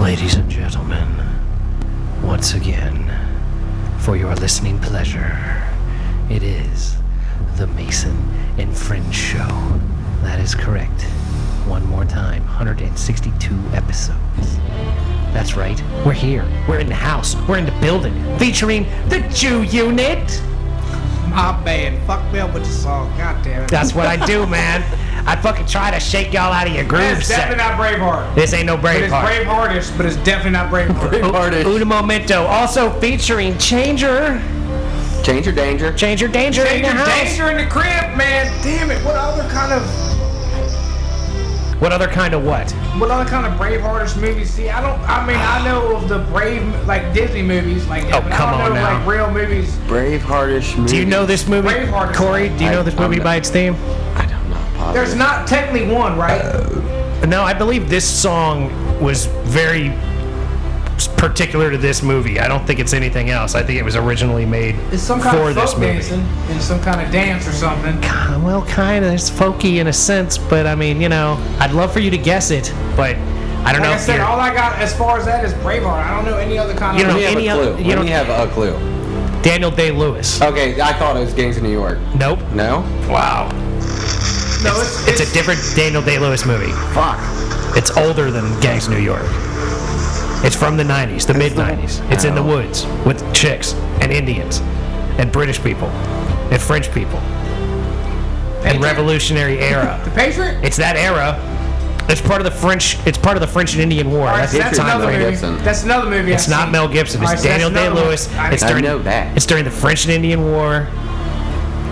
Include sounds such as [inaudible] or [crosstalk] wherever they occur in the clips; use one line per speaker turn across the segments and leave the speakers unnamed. Ladies and gentlemen, once again, for your listening pleasure, it is the Mason and Friends Show. That is correct. One more time 162 episodes. That's right, we're here. We're in the house. We're in the building featuring the Jew Unit.
My bad. Fuck Mel with the song. God damn it.
That's what I do, man. I fucking try to shake y'all out of your grooves.
That's definitely not Braveheart.
This ain't no
But
brave
it's
part.
Braveheartish, but it's definitely not Braveheart.
Artist.
Un momento. Also featuring Changer.
Change your danger.
Changer Danger in the
danger,
house.
danger in the crib, man. Damn it. What other kind of
What other kind of what?
what other kind of Braveheartish movies? See, I don't. I mean, I know of the Brave like Disney movies like that,
Oh,
but I
come
don't
on
know
now.
like real movies.
Braveheartish movie.
Do you know this movie,
Braveheart is-
Corey? Do you
I-
know this
I'm
movie
not-
by its theme?
I don't know. Positive.
There's not technically one, right?
Uh, No, I believe this song was very particular to this movie. I don't think it's anything else. I think it was originally made
it's some kind
for
of folk
this movie.
dancing and some kind of dance or something.
Uh, Well, kind of. It's folky in a sense, but I mean, you know, I'd love for you to guess it, but I don't know
Like I
if
said,
you're-
all I got as far as that is Braveheart. I don't know any other kind
You
of.
know,
Let me have
any
a
other-
clue.
you
Let me
don't-
have a clue.
Daniel Day Lewis.
Oh.
Okay, I thought it was Gangs of New York.
nope.
No?
Wow.
no,
It's a different Daniel Day Lewis movie.
Fuck.
It's older than Gangs of New York. It's from the 90s, the mid 90s. It's in the
Oh.
woods with chicks and Indians and British people and French people and Revolutionary
The [laughs]
era.
Patriot.
It's that era. It's part of the French. It's part of the French and Indian War.
All right,
That's
so
the
that's
Patriot
time
another
Mel
frame.
movie.
Gibson.
That's another movie.
It's
I've
not
seen.
Mel Gibson.
All
It's
right, so that's
Daniel Day
another one.
Lewis.
I-
It's
I
during,
know that.
It's during the French and Indian War.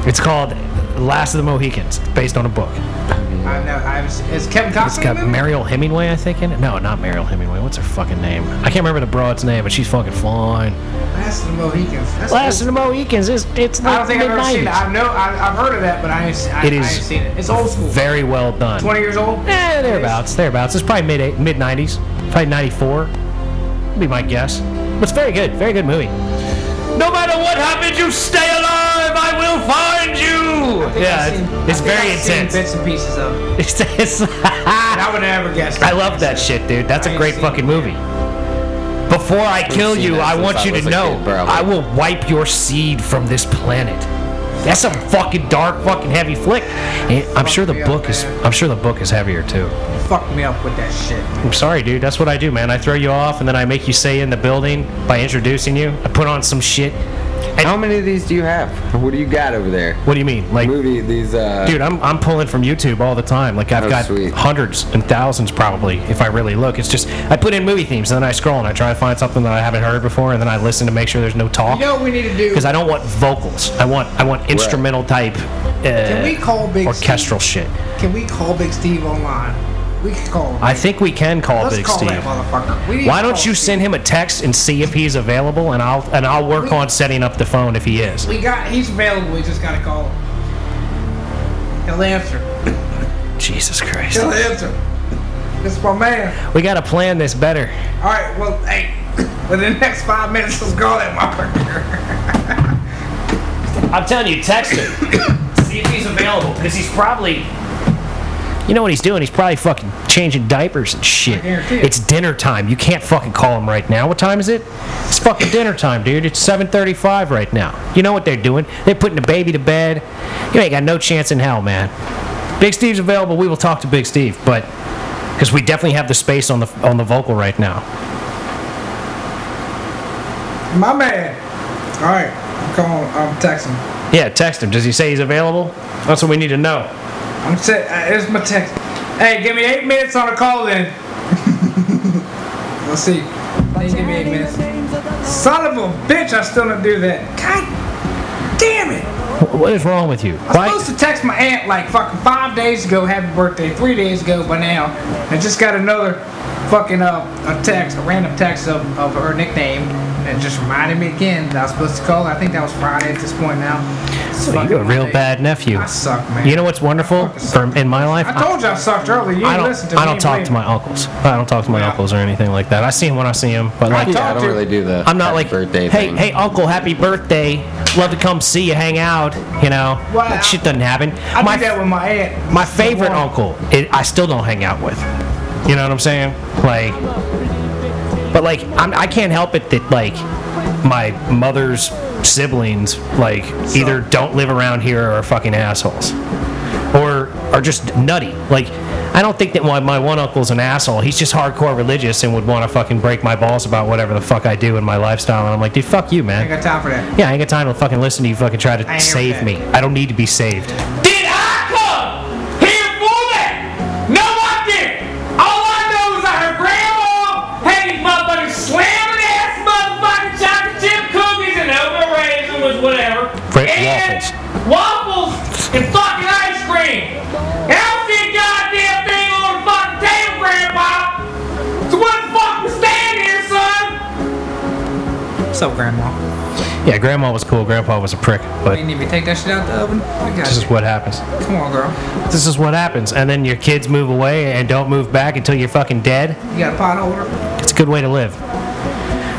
It's called Last of the Mohicans, based on a book.
I know. I've, s- is Kevin Costner
It's got
in the movie?
Mariel Hemingway, I think, in it. No, not Mariel Hemingway. What's her fucking name? I can't remember the broad's name, but she's fucking fine.
Last of the Mohicans. That's
Last of
old.
the Mohicans. It's it's
I don't
like
think
mid
I've ever seen it.
nineties.
I know. I, I've heard of that, but I ain't, s- I,
It
I ain't
is
seen it. It's old school.
Very well done.
Twenty years old.
Eh, thereabouts, thereabouts. It's probably mid eight- mid nineties, probably ninety four. Be my guess. But it's very good, very good movie. No matter what happens, you stay alive. I will find you.
I think
yeah,
I've seen- I
it's, it's
think
very
I've seen
intense.
bits and pieces of. it.
It's, [laughs] it's
And I would never guess.
I love that shit, dude. That's
I
a
ain't
great
seen
fucking movie. Before I kill
seen
you,
that
I
since
want
I
you to
was a
know
kid, probably.
I will wipe your seed from this planet. That's some fucking dark, fucking heavy flick. And I'm sure the
me up,
book is.
man.
I'm sure the book is heavier too.
Fuck me up with that shit.
I'm sorry, dude. That's what I do, man. I throw you off, and then I make you stay in the building by introducing you. I put on some shit. And
How many of these do you have? What do you got over there?
what do you mean, like?
Movie, these, uh.
Dude, I'm, I'm pulling from YouTube all the time. Like I've
Oh,
got
sweet.
hundreds and thousands probably if I really look. It's just I put in movie themes and then I scroll and I try to find something that I haven't heard before and then I listen to make sure there's no talk
You know what we need to do?
because I don't want vocals. I want I want instrumental type uh,
Can we call Big
orchestral shit.
Steve? Can we call Big Steve online? We can call him.
I think we can call
Let's
Big
call
Steve.
that motherfucker. We need
Why
to
don't
call
you
Steve.
send him a text and see if he's available and I'll and I'll work
We-
on setting up the phone if he is.
We got. He's available. We just gotta call him. He'll answer.
Jesus Christ.
He'll answer. This is my man.
We got to plan this better.
All right. Well, hey, [coughs] within the next five minutes, let's call that [laughs] motherfucker.
I'm telling you, text
[coughs]
him. See if he's available, because he's probably. You know what he's doing? He's probably fucking changing diapers and shit.
guarantee it.
It's dinner time. You can't fucking call him right now. What time is it? It's fucking dinner time, dude. It's 7:35 right now. You know what they're doing? They're putting the baby to bed. You ain't got no chance in hell, man. Big Steve's available. We will talk to Big Steve, but because we definitely have the space on the on the vocal right now.
my man. All right. I'm calling. I'm texting.
Yeah, text him. Does he say he's available? That's what we need to know.
I'm set. Uh, here's my text. Hey, give me eight minutes on a call then. [laughs] Let's see. They give me eight minutes. Son of a bitch, I still don't do that. God damn it.
Wh- What is wrong with you?
I was supposed to text my aunt like fucking five days ago, happy birthday, three days ago by now. I just got another fucking uh, a text, a random text of, of her nickname, and it just reminded me again that I was supposed to call. her. I think that was Friday at this point now. It's
Well,
fucking
you're a real
Monday.
bad nephew.
I suck, man.
You know what's wonderful for, in my life?
I told you I sucked earlier. You
I
didn't
don't.
listen to me.
I don't talk
believe
to
me.
my uncles. I don't talk to my
Yeah.
uncles or anything like that. I see him when I see him, but like,
talk
Yeah, I
to-
don't really do the
I'm not
happy
like,
birthday
hey,
thing.
hey, uncle, happy birthday. Love to come see you, hang out. You know,
Well,
that
I-
shit doesn't happen.
I
my
do that with my aunt.
my favorite
Well,
uncle, it, I still don't hang out with. You know what I'm saying? Like, But like, I'm, I can't help it that like my mother's siblings like either don't live around here or are fucking assholes, or are just nutty. Like, I don't think that my, my one uncle's an asshole. He's just hardcore religious and would want to fucking break my balls about whatever the fuck I do in my lifestyle. And I'm like, dude, fuck you,
I ain't
man.
got time for that.
Yeah, I ain't got time to fucking listen to you fucking try
I
to
hear
save
that.
me. I don't need to be saved.
Did I come here for that? No, I didn't. All I know is I heard grandma had these motherfuckers slamming ass motherfucking chocolate chip cookies and open raisins was whatever.
French
and waffles. and fucking ice cream. And I don't see a goddamn thing on the fucking table, grandpa. So what the fuck was standing here, son?
What's up, Grandma?
Yeah, grandma was cool. Grandpa was a prick,
We
but
didn't even take that shit out the oven. I got
this is
you.
what happens.
Come on, girl.
This is what happens. And then your kids move away and don't move back until you're fucking dead.
You got a pot holder?
It's a good way to live.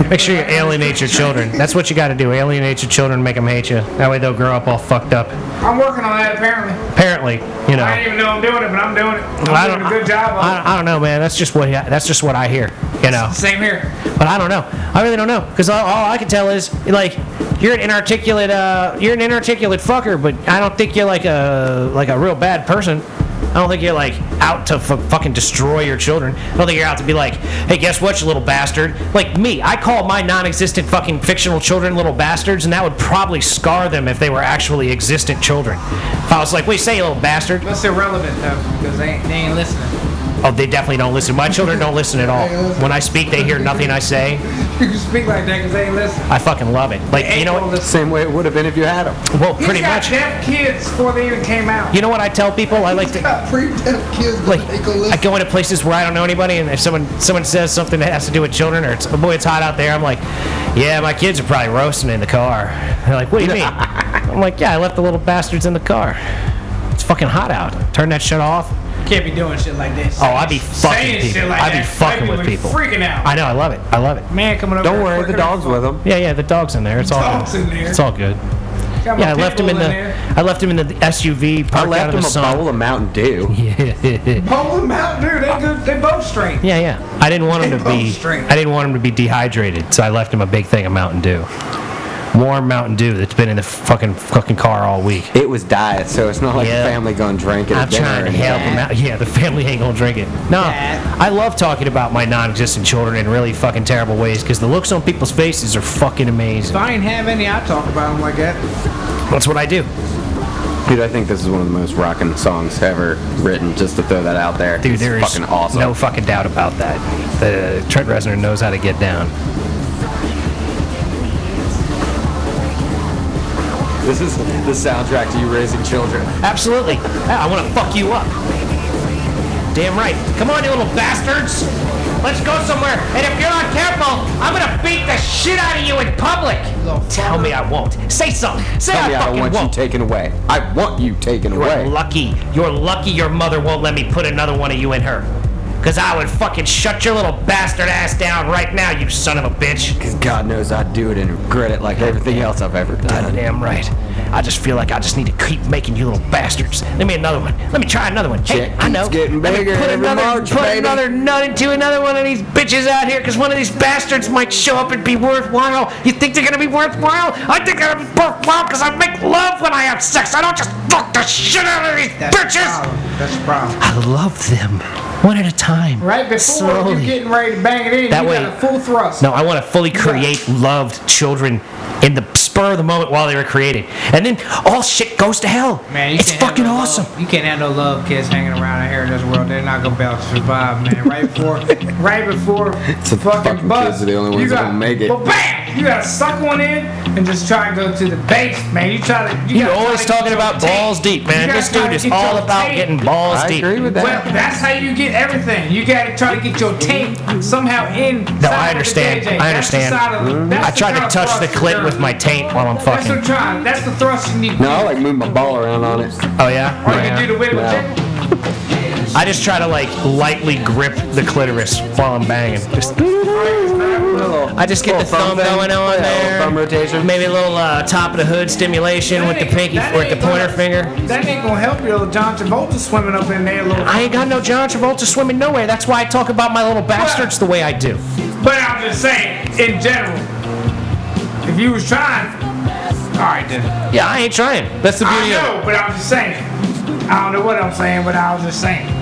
Make sure you alienate your children. That's what you got to do. Alienate your children, make them hate you. That way they'll grow up all fucked up.
I'm working on that apparently.
Apparently, you know.
I didn't even know I'm doing it, but I'm doing it. I'm
I
doing
don't,
a good job
I,
on it.
I don't know, man. That's just what that's just what I hear, you know.
Same here.
But I don't know. I really don't know because all, all I can tell is like you're an inarticulate, uh, you're an inarticulate fucker. But I don't think you're like a like a real bad person. I don't think you're like out to f- fucking destroy your children. I don't think you're out to be like, hey, guess what, you little bastard. Like me, I call my non-existent fucking fictional children little bastards, and that would probably scar them if they were actually existent children. If I was like, wait, say, you little bastard.
That's irrelevant though, because they, ain't- they ain't listening.
Oh, they definitely don't listen. My children don't listen at all. When I speak, they hear nothing I say.
You can speak like that because they ain't listening.
I fucking love it. Like, you know what?
Same way it would have been if you had him.
Well,
You
pretty
got
much.
deaf kids before they even came out.
You know what I tell people? I like to
got pre-deaf kids, but
like
they go
I
listen.
go into places where I don't know anybody, and if someone someone says something that has to do with children, or it's, "Oh, boy, it's hot out there, I'm like, yeah, my kids are probably roasting in the car. [laughs] They're like, what do you mean?
[laughs]
I'm like, yeah, I left the little bastards in the car. It's fucking hot out. Turn that shit off.
Can't be doing shit like this.
Oh, I be fucking
Saying shit
people.
like
I be
that.
fucking
People
with
be
people.
Freaking out.
I know. I love it. I love it.
Man, coming over.
Don't
here
worry, the
quicker.
dog's with him.
Yeah, yeah, the dog's in there. It's all
Dog's
good.
in there.
It's all good.
Got my
Yeah, I left him
pitbull
in the
there.
I left him in the SUV
I
parked out
left
in
him
the
a bowl
sun.
of Mountain Dew.
[laughs]
[laughs]
Yeah.
Pull them out, dude. They good. They both straight.
Yeah, yeah. I didn't want him to
[laughs] Oh,
Both
be.
straight.
I didn't want him to be dehydrated, so I left him a big thing of Mountain Dew, warm Mountain Dew that's been in the fucking fucking car all week.
It was diet, so it's not like
Yeah.
a family gonna drink it.
I'm trying to help him out. Yeah, the family ain't gonna drink it. No,
Yeah.
I love talking about my non-existent children in really fucking terrible ways because the looks on people's faces are fucking
If
amazing.
I ain't have any, I talk about them like that.
That's what I do,
Dude, I think this is one of the most rocking songs ever written. Just to throw that out there,
dude.
It's
There is
fucking awesome.
no fucking doubt about that. The Trent Reznor knows how to get down.
This is the soundtrack to you raising
[laughs]
children.
Absolutely. Yeah, I want to fuck you up. Damn right. Come on, you little bastards. Let's go somewhere. And if you're not careful, I'm gonna beat the shit out of you in public. Tell me I won't. Say something. Say
Tell
I
me I
fucking
don't want you
won't.
taken away. I want you taken
you're
away.
lucky. You're lucky your mother won't let me put another one of you in her. Cause I would fucking shut your little bastard ass down right now, you son of a bitch.
Because God knows I'd do it and regret it like everything else I've ever done.
Damn right. I just feel like I just need to keep making you little bastards. Let me another one. Let me try another one. Hey,
Shit
I know.
keeps getting
Let me
bigger
put
every
another,
March,
put
baby.
another nut into another one of these bitches out here, because one of these bastards might show up and be worthwhile. You think they're gonna be worthwhile? I think they're gonna be worthwhile because I make love when I have sex. I don't just fuck the shit out of these
That's the
bitches.
problem. That's the problem.
I love them, one at a time.
Right before
Slowly.
you're getting ready to bang it in,
That
you
way-
got a full thrust.
No, I want to fully create loved children in the spur of the moment while they were created. And then all shit goes to hell.
Man, you
it's
can't have
fucking
no love-
awesome.
You can't have no love kids hanging around out here in this world. They're not gonna be able to survive, man.
[laughs]
Right before, right before
the
fucking,
fucking
bus,
kids are the only
you
ones that
got-
gonna make it.
Well, bam! You gotta suck one in and just try and go to the base, man. You try to. You
You're
gotta
always
try to
talking
get your
about balls
tape.
deep, man.
You
This
gotta try
dude
to
is
get
all
your
about
tape.
getting balls
I
deep.
agree with that.
Well, that's how you get everything. You gotta try to get your tape somehow in.
No, I understand. I understand. I try to touch the clit with my taint while I'm
That's what
fucking.
I'm trying. That's the thrust you need. to
No, I
do.
like move my ball around on it.
Oh yeah.
Or you can do the wiggle
No.
jiggle.
I just try to like lightly grip the clitoris while I'm banging. Just I just get the thumb going on there.
Thumb rotation.
Maybe a little uh, top of the hood stimulation with the pinky
That
or with the
ain't gonna-
pointer finger.
That ain't gonna help you, little John Travolta swimming up in there, little.
I ain't got no John Travolta swimming nowhere. That's why I talk about my little bastards the way I do.
But I'm just saying, in general, if you was trying, all right then.
Yeah, I ain't trying. That's the
I
beauty of
know, but I'm just saying. I don't know what I'm saying, but I was just saying.
it.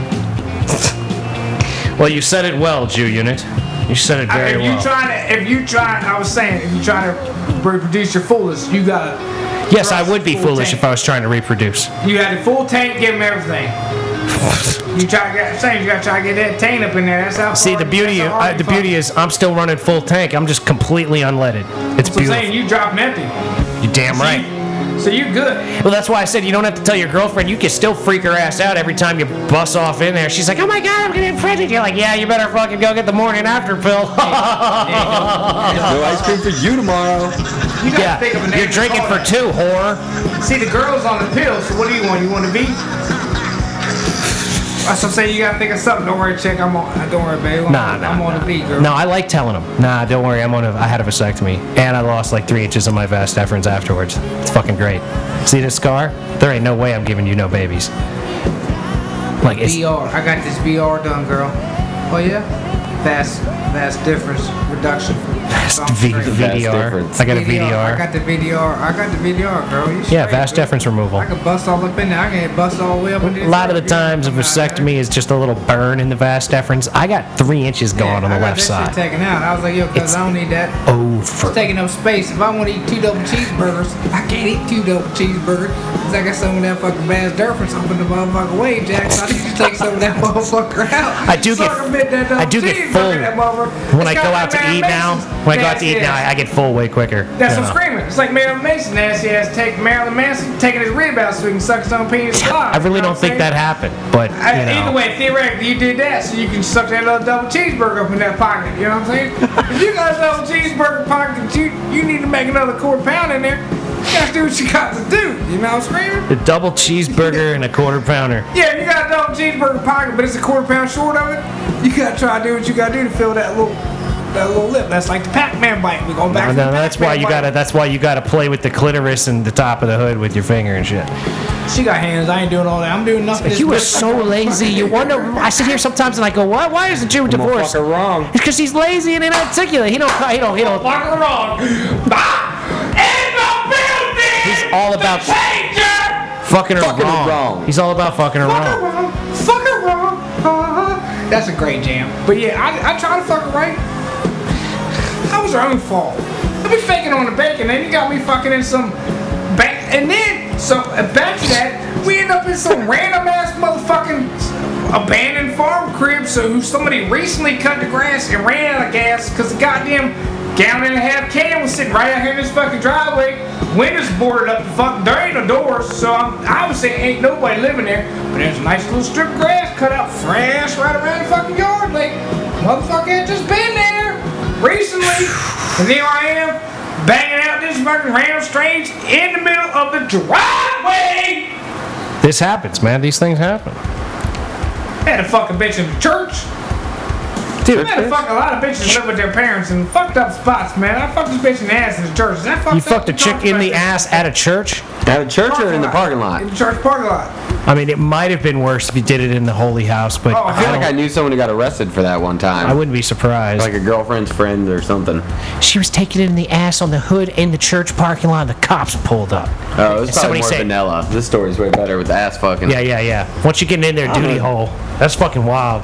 Well, you said it well, Jew Unit. You said it
I-
very
if you
well.
try to, if you try, I was saying, if you try to reproduce your fullest, you gotta.
yes, I
thrust
would be
full
foolish
tank.
if I was trying to reproduce.
You had a full tank, give him everything. You try to get, saying you gotta try to get that tank up in there. That's how.
See,
far
the
you-
beauty,
that's how hard
uh, the
you
beauty is I'm still running full tank. I'm just completely unleaded. It's
fuck. So
beautiful.
saying you dropping empty.
You're damn right.
So you good.
Well, that's why I said you don't have to tell your girlfriend. You can still freak her ass out every time you bust off in there. She's like, "Oh my god, I'm getting pregnant." You're like, "Yeah, you better fucking go get the morning after pill." [laughs]
No ice cream for you tomorrow.
You gotta
yeah,
think of a name
you're
to
drinking
call
for
that.
two, whore.
See, the girl's on the pill, so what do you want? You want to be? That's what I'm saying. You gotta think of something. Don't worry, chick. I'm on. uh, Don't worry, babe. I'm,
Nah, nah,
I'm on
nah.
the beat, girl.
No, I like telling them. Nah, don't worry. I'm on. A, I had a vasectomy, and I lost like three inches of my vas deferens afterwards. It's fucking great. See this scar? There ain't no way I'm giving you no babies. Like it's
BR. I got this BR done, girl. Oh yeah. Fast, fast difference reduction.
vast
So I'm
v-
straight.
VDR.
difference.
I got a
I
VDR.
got the VDR. I got the VDR, girl. You
Yeah,
straight,
vast
girl.
deference removal.
I can bust all up in there. I can bust all the way up in there.
A lot of the
Yeah,
times, a
nah, nah.
vasectomy is just a little burn in the vas deferens. I got three inches
Yeah,
gone on
I
the
got
left
that shit
side.
Taken out. I was like, yo, cause
It's-
I don't need that. It's
Over.
taking up space. If I want to eat two double cheeseburgers, I can't eat two double cheeseburgers. Cause I got some of that fucking Baz Durfins up in the motherfucking way, Jack. So I need to take some of that [laughs] motherfucker out.
I do get-
Circumvent that
I
double
do get
cheeseburger,
full
that motherfucker.
When I
It's
go
kinda
out to
like
eat
Mad
now,
Mason's
when I go out to
nasty
eat now,
ass.
I get full way quicker.
That's
you
what I'm
know.
screaming. It's like Marilyn Mason nasty ass take Marilyn Manson taking his rib out so he can suck his own penis alive.
I really
You know
don't
what
think
I'm
that
saying?
happened, but you
I-
know.
Either way, theoretically, you did that so you can suck that little double cheeseburger up in that pocket. You know what I'm saying? if you got a double cheeseburger pocket, you you need to make another quarter pound in there. You gotta do what you got to do. You know what I'm screaming?
The double cheeseburger and a quarter pounder.
Yeah, if you got a double cheeseburger pocket, but it's a quarter pound short of it. You gotta try to do what you gotta do to fill that little that little lip. That's like the Pac-Man bite. We going back.
No,
to
no,
the
that's
Pac-Man
why you
bite.
gotta. That's why you gotta play with the clitoris and the top of the hood with your finger and shit.
She got hands. I ain't doing all that. I'm doing nothing.
You were so lazy. You wonder. I sit here sometimes and I go, "Why? Why isn't you divorced?"
Motherfucker wrong.
Because he's lazy and inarticulate. He don't. He don't. He don't.
Walking wrong. Bah! In the building!
He's all about-
the changer!
Fucking her
Fucking her
wrong.
wrong.
He's all about fucking her
Fuck her
wrong.
wrong. Fuck her wrong. Uh-huh. That's a great jam. But yeah, I, I try to fuck her right. That was her own fault. I be faking on the bacon, and you got me fucking in some ba- And then, so uh, back to that, we end up in some random ass motherfucking abandoned farm crib. So who somebody recently cut the grass and ran out of gas because the goddamn gallon and a half can was sitting right out here in this fucking driveway. Windows boarded up, the fuck. There ain't no doors, so I'm obviously ain't nobody living there. But there's a nice little strip of grass cut out fresh right around the fucking yard. Like motherfucker had just been there recently, and here I am banging out this fucking random strange in the middle of the driveway.
This happens, man. These things happen.
Had a fucking bitch in the church.
Dude,
Had a fuck a lot of bitches live with their parents in fucked up spots, man. I fucked this bitch in the ass in the church. Is that fucked
you
up?
fucked a
We
chick
talked
in
about
the
that.
ass at a church.
At a church or in the parking lot?
In the church parking lot.
I mean, it might have been worse if you did it in the holy house, but
Oh, I
I,
I feel
don't-
like I knew someone who got arrested for that one time.
I wouldn't be surprised.
like a girlfriend's friend or something. Oh,
she was taking it in the ass on the hood in the church parking lot. The cops pulled up.
Oh, it was
And
probably
somebody
more
said-
vanilla. This story's way better with ass fucking.
Yeah, yeah, yeah. Once you get in their duty
Uh-huh.
hole, that's fucking wild.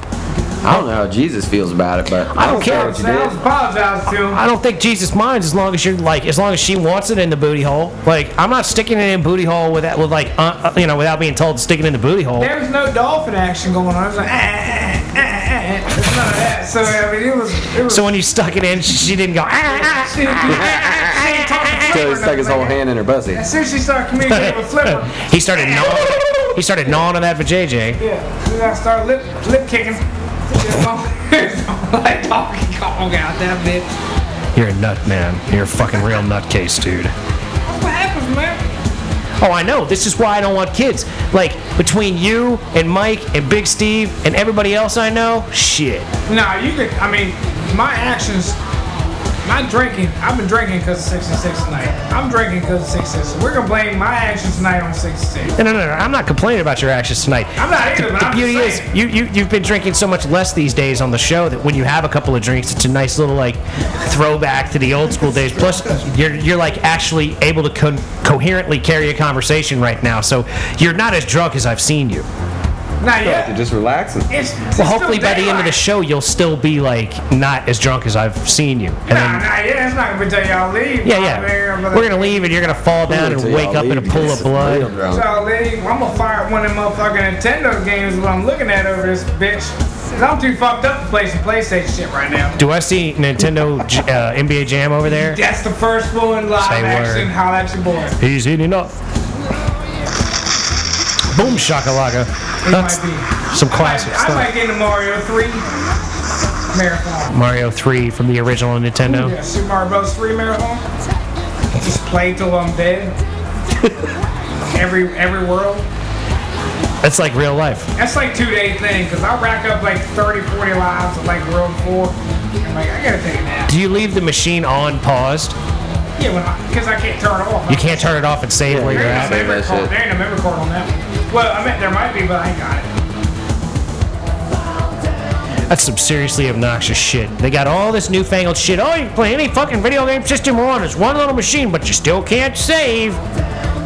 I don't know how Jesus feels about it, but I
don't care.
what you
Man, I
did.
was apologizing to him.
I don't think Jesus minds as long as you're like, as long as she wants it in the booty hole. Like, I'm not sticking it in booty hole without, with like, uh, uh, you know, without being told to stick it in the booty hole.
There was no dolphin action going on. I was like, ah, ah, ah, ah, ah. It's none of that. So I mean, it was.
[laughs]
It was
So when you stuck it in, she, she didn't go. "Ah, ah,
she, she ain't talking to
So he
Flipper
stuck his
nothing
whole
like that.
hand in her pussy.
As soon as she started communicating with Flipper,
[laughs]
ah." he started gnawing. He started gnawing on that vajayjay.
Yeah, then I start lip lip kicking. like Donkey Kong out that bitch.
You're a nut, man. You're a fucking real nutcase, dude.
That's what happens, man.
Oh, I know. This is why I don't want kids. Like between you and Mike and Big Steve and everybody else I know, shit.
Nah, you could. I mean, my actions. My drinking. I've been drinking because of six and six tonight. I'm drinking because of six and six. We're gonna blame my actions tonight on six and six.
No, no, no, no. I'm not complaining about your actions tonight.
I'm not either, but
the
I'm
beauty
just
is,
saying.
you, you, you've been drinking so much less these days on the show that when you have a couple of drinks, it's a nice little, like, throwback to the old school days. Plus, you're, you're like, actually able to con- coherently carry a conversation right now. So you're not as drunk as I've seen you.
Not
You're
yet.
just relaxing.
It's, it's
Well,
still
hopefully by the end of the
daylight.
show, you'll still be, like, not as drunk as I've seen you. And
Nah,
then,
nah, yeah, it's not gonna be till y'all leave.
yeah,
I'm there, I'm
yeah. We're going to leave, and you're going to fall down and
Until
wake
y'all
up in a
leave,
pool of
it's real
blood.
drunk.
So I'm gonna fire up one of them motherfucking Nintendo games while I'm looking at over this bitch. Cause I'm too fucked up to play some PlayStation shit right now.
Do I see Nintendo J- uh, NBA Jam over there?
That's the first one live
Say word.
action. Holla at your boy. He
He's eating up. Boom shakalaka. That's
might be.
some classic
I, I
stuff.
might get into Mario 3 marathon.
Mario 3 from the original Nintendo.
Yeah, Super Mario Bros. 3 marathon. Just play till
[laughs]
I'm dead. every every world.
That's like real life.
That's like two day thing, because I rack up like 30, 40 lives of like world 4. I'm like, I gotta take a nap.
Do you leave the machine on paused?
Yeah, because I, can't turn it off.
You can't turn it off and save where
There
you're
ain't,
at.
no
Save
memory
that
card.
shit.
there ain't no memory card on that one. Well, I mean, there might be, but I ain't got it.
That's some seriously obnoxious shit. They got all this newfangled shit. Oh, you can play any fucking video game system on. It's one little machine, but you still can't save.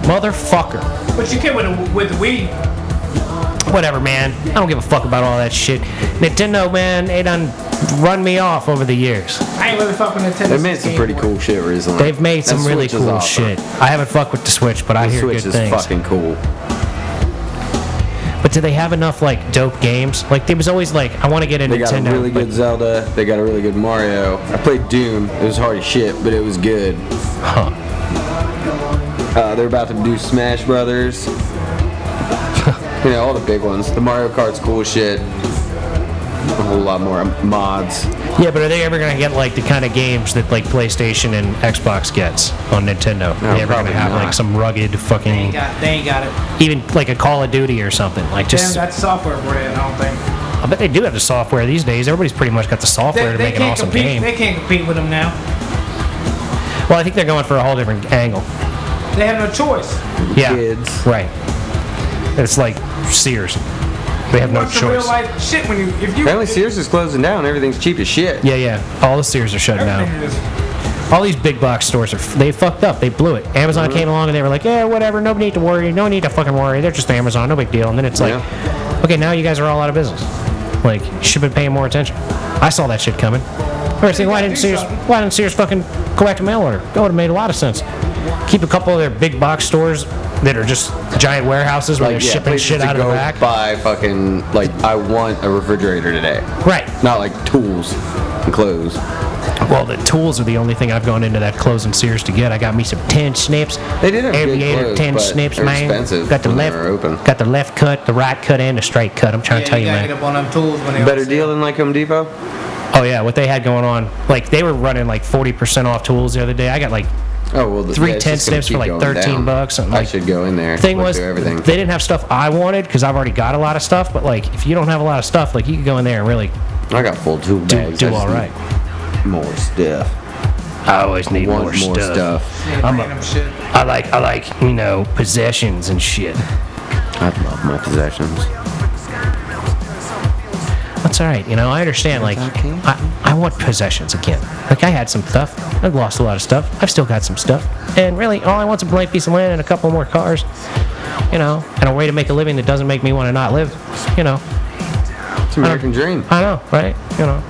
Motherfucker.
But you can with the, with the Wii.
whatever, man. I don't give a fuck about all that shit. Nintendo, man, they done run me off over the years.
I ain't really fucking Nintendo.
They made some pretty
anymore.
cool shit recently.
They've made some
That
really
Switch is
cool
awesome.
shit. I haven't fucked with the Switch, but I
The
hear
Switch
good
is
things.
fucking cool.
But do they have enough like dope games? Like there was always like, I want to get a
They got
Nintendo.
a really
but-
good Zelda. They got a really good Mario. I played Doom. It was hard as shit, but it was good.
Huh.
Uh, they're about to do Smash Brothers. you know, all the big ones. The Mario Kart's cool as shit. A whole lot more mods.
Yeah, but are they ever gonna get like the kind of games that like PlayStation and Xbox gets on Nintendo?
No,
are they ever gonna
probably
have like
not.
some rugged
They ain't
fucking,
got, they ain't got it.
even like a Call of Duty or something? Like
They
just,
haven't got the software for that, I don't think.
I bet they do have the software these days. Everybody's pretty much got the software
They,
to
they
make an
can't
awesome
compete.
game.
They can't compete with them now.
Well, I think they're going for a whole different angle.
They have no choice.
Yeah.
Kids.
Right. It's like Sears. They have no
What's the real
choice.
life shit when you if you
Apparently, Sears is closing down. Everything's cheap as shit.
Yeah, yeah. All the Sears are shutting
Everything
down.
is-
All these big box stores are. They fucked up. They blew it. Amazon
Uh-huh.
came along and they were like, yeah, whatever. No need to worry. No need to fucking worry. They're just Amazon. No big deal. And then it's like, okay, now you guys are all out of business. Like, you should have been paying more attention. I saw that shit coming. I was thinking, why didn't
do
Sears?
something.
Why didn't Sears fucking collect a mail order? That would have made a lot of sense. Keep a couple of their big box stores that are just giant warehouses where
Like,
they're
yeah,
shipping
places
shit
to
out of the
go
back.
Buy fucking like I want a refrigerator today.
right.
Not like tools and clothes.
Well, the tools are the only thing I've gone into that closing Sears to get. I got me some ten snips.
They did have good clothes,
ten
but
snips,
they're
man.
expensive
got the
when they
left,
were open.
got the left cut, the right cut, and the straight cut. I'm trying to
Yeah,
tell
you
you,
gotta
man.
get up on them tools when they
Better
on
deal than like Home Depot.
Oh yeah, what they had going on, like they were running like 40% off tools the other day. I got like
Oh well, the,
Three
yeah, it's just
ten
gonna
snips for,
keep
like,
going
13
down.
bucks and,
I
like-
should go in there.
thing
look
was
through everything.
they didn't have stuff I wanted because I've already got a lot of stuff. But like if you don't have a lot of stuff, like you could go in there and really
I got full tool
do
bags. I
do
just
all
need
right.
More stuff.
I always need
Want
more, stuff.
sale. Yeah,
I'm a-
random shit.
I like I like you know possessions and shit.
I love my possessions.
That's all right. You know, I understand. Like, I, I want possessions again. Like, I had some stuff. I've lost a lot of stuff. I've still got some stuff. And really, all I want's a blank piece of land and a couple more cars. You know, and a way to make a living that doesn't make me want to not live. You know,
It's
Um,
American dream.
I know, right? You know.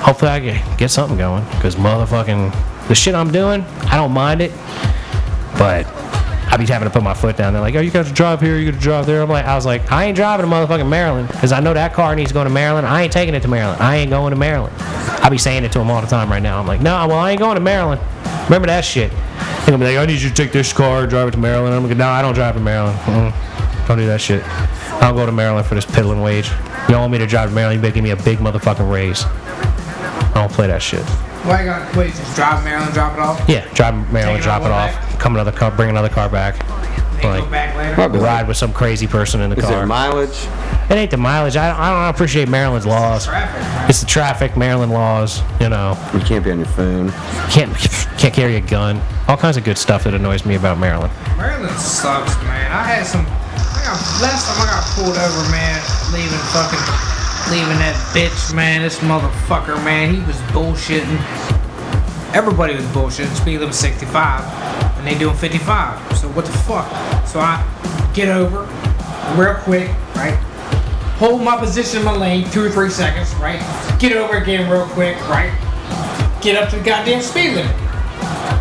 Hopefully, I can get something going. Cause motherfucking the shit I'm doing, I don't mind it. But I be having to put my foot down. They're like, "Oh, you got to drive here. You got to drive there." I'm like, "I was like, I ain't driving to motherfucking Maryland because I know that car needs to go to Maryland. I ain't taking it to Maryland. I ain't going to Maryland." I be saying it to them all the time right now. I'm like, "No, well, I ain't going to Maryland. Remember that shit." They're gonna be like, "I need you to take this car, drive it to Maryland." I'm like, "No, I don't drive to Maryland. Mm-mm. Don't do that shit. I'll go to Maryland for this piddling wage. You want me to drive to Maryland? You better give me a big motherfucking raise. I don't play that shit."
Well, I got wait, just drive Maryland, drop it off.
Yeah, drive Maryland,
Take it
drop
all
it
the way
off. Come another car, bring another car back.
Go
Like,
back later.
Probably.
ride with some crazy person in the
Is
car.
there mileage?
it ain't the mileage. I don't, I don't appreciate Maryland's laws.
Traffic, man.
It's the traffic, Maryland laws. You know,
You can't be on your phone.
can't can't carry a gun. All kinds of good stuff that annoys me about Maryland.
Maryland sucks, man. I had some. I got last time I got pulled over, man. Leaving fucking, leaving that bitch, man. This motherfucker, man. He was bullshitting. Everybody was bullshitting. Speed limit 65, and they doing 55. So what the fuck? So I get over real quick, right? Hold my position in my lane, two or three seconds, right? Get over again real quick, right? Get up to the goddamn speed limit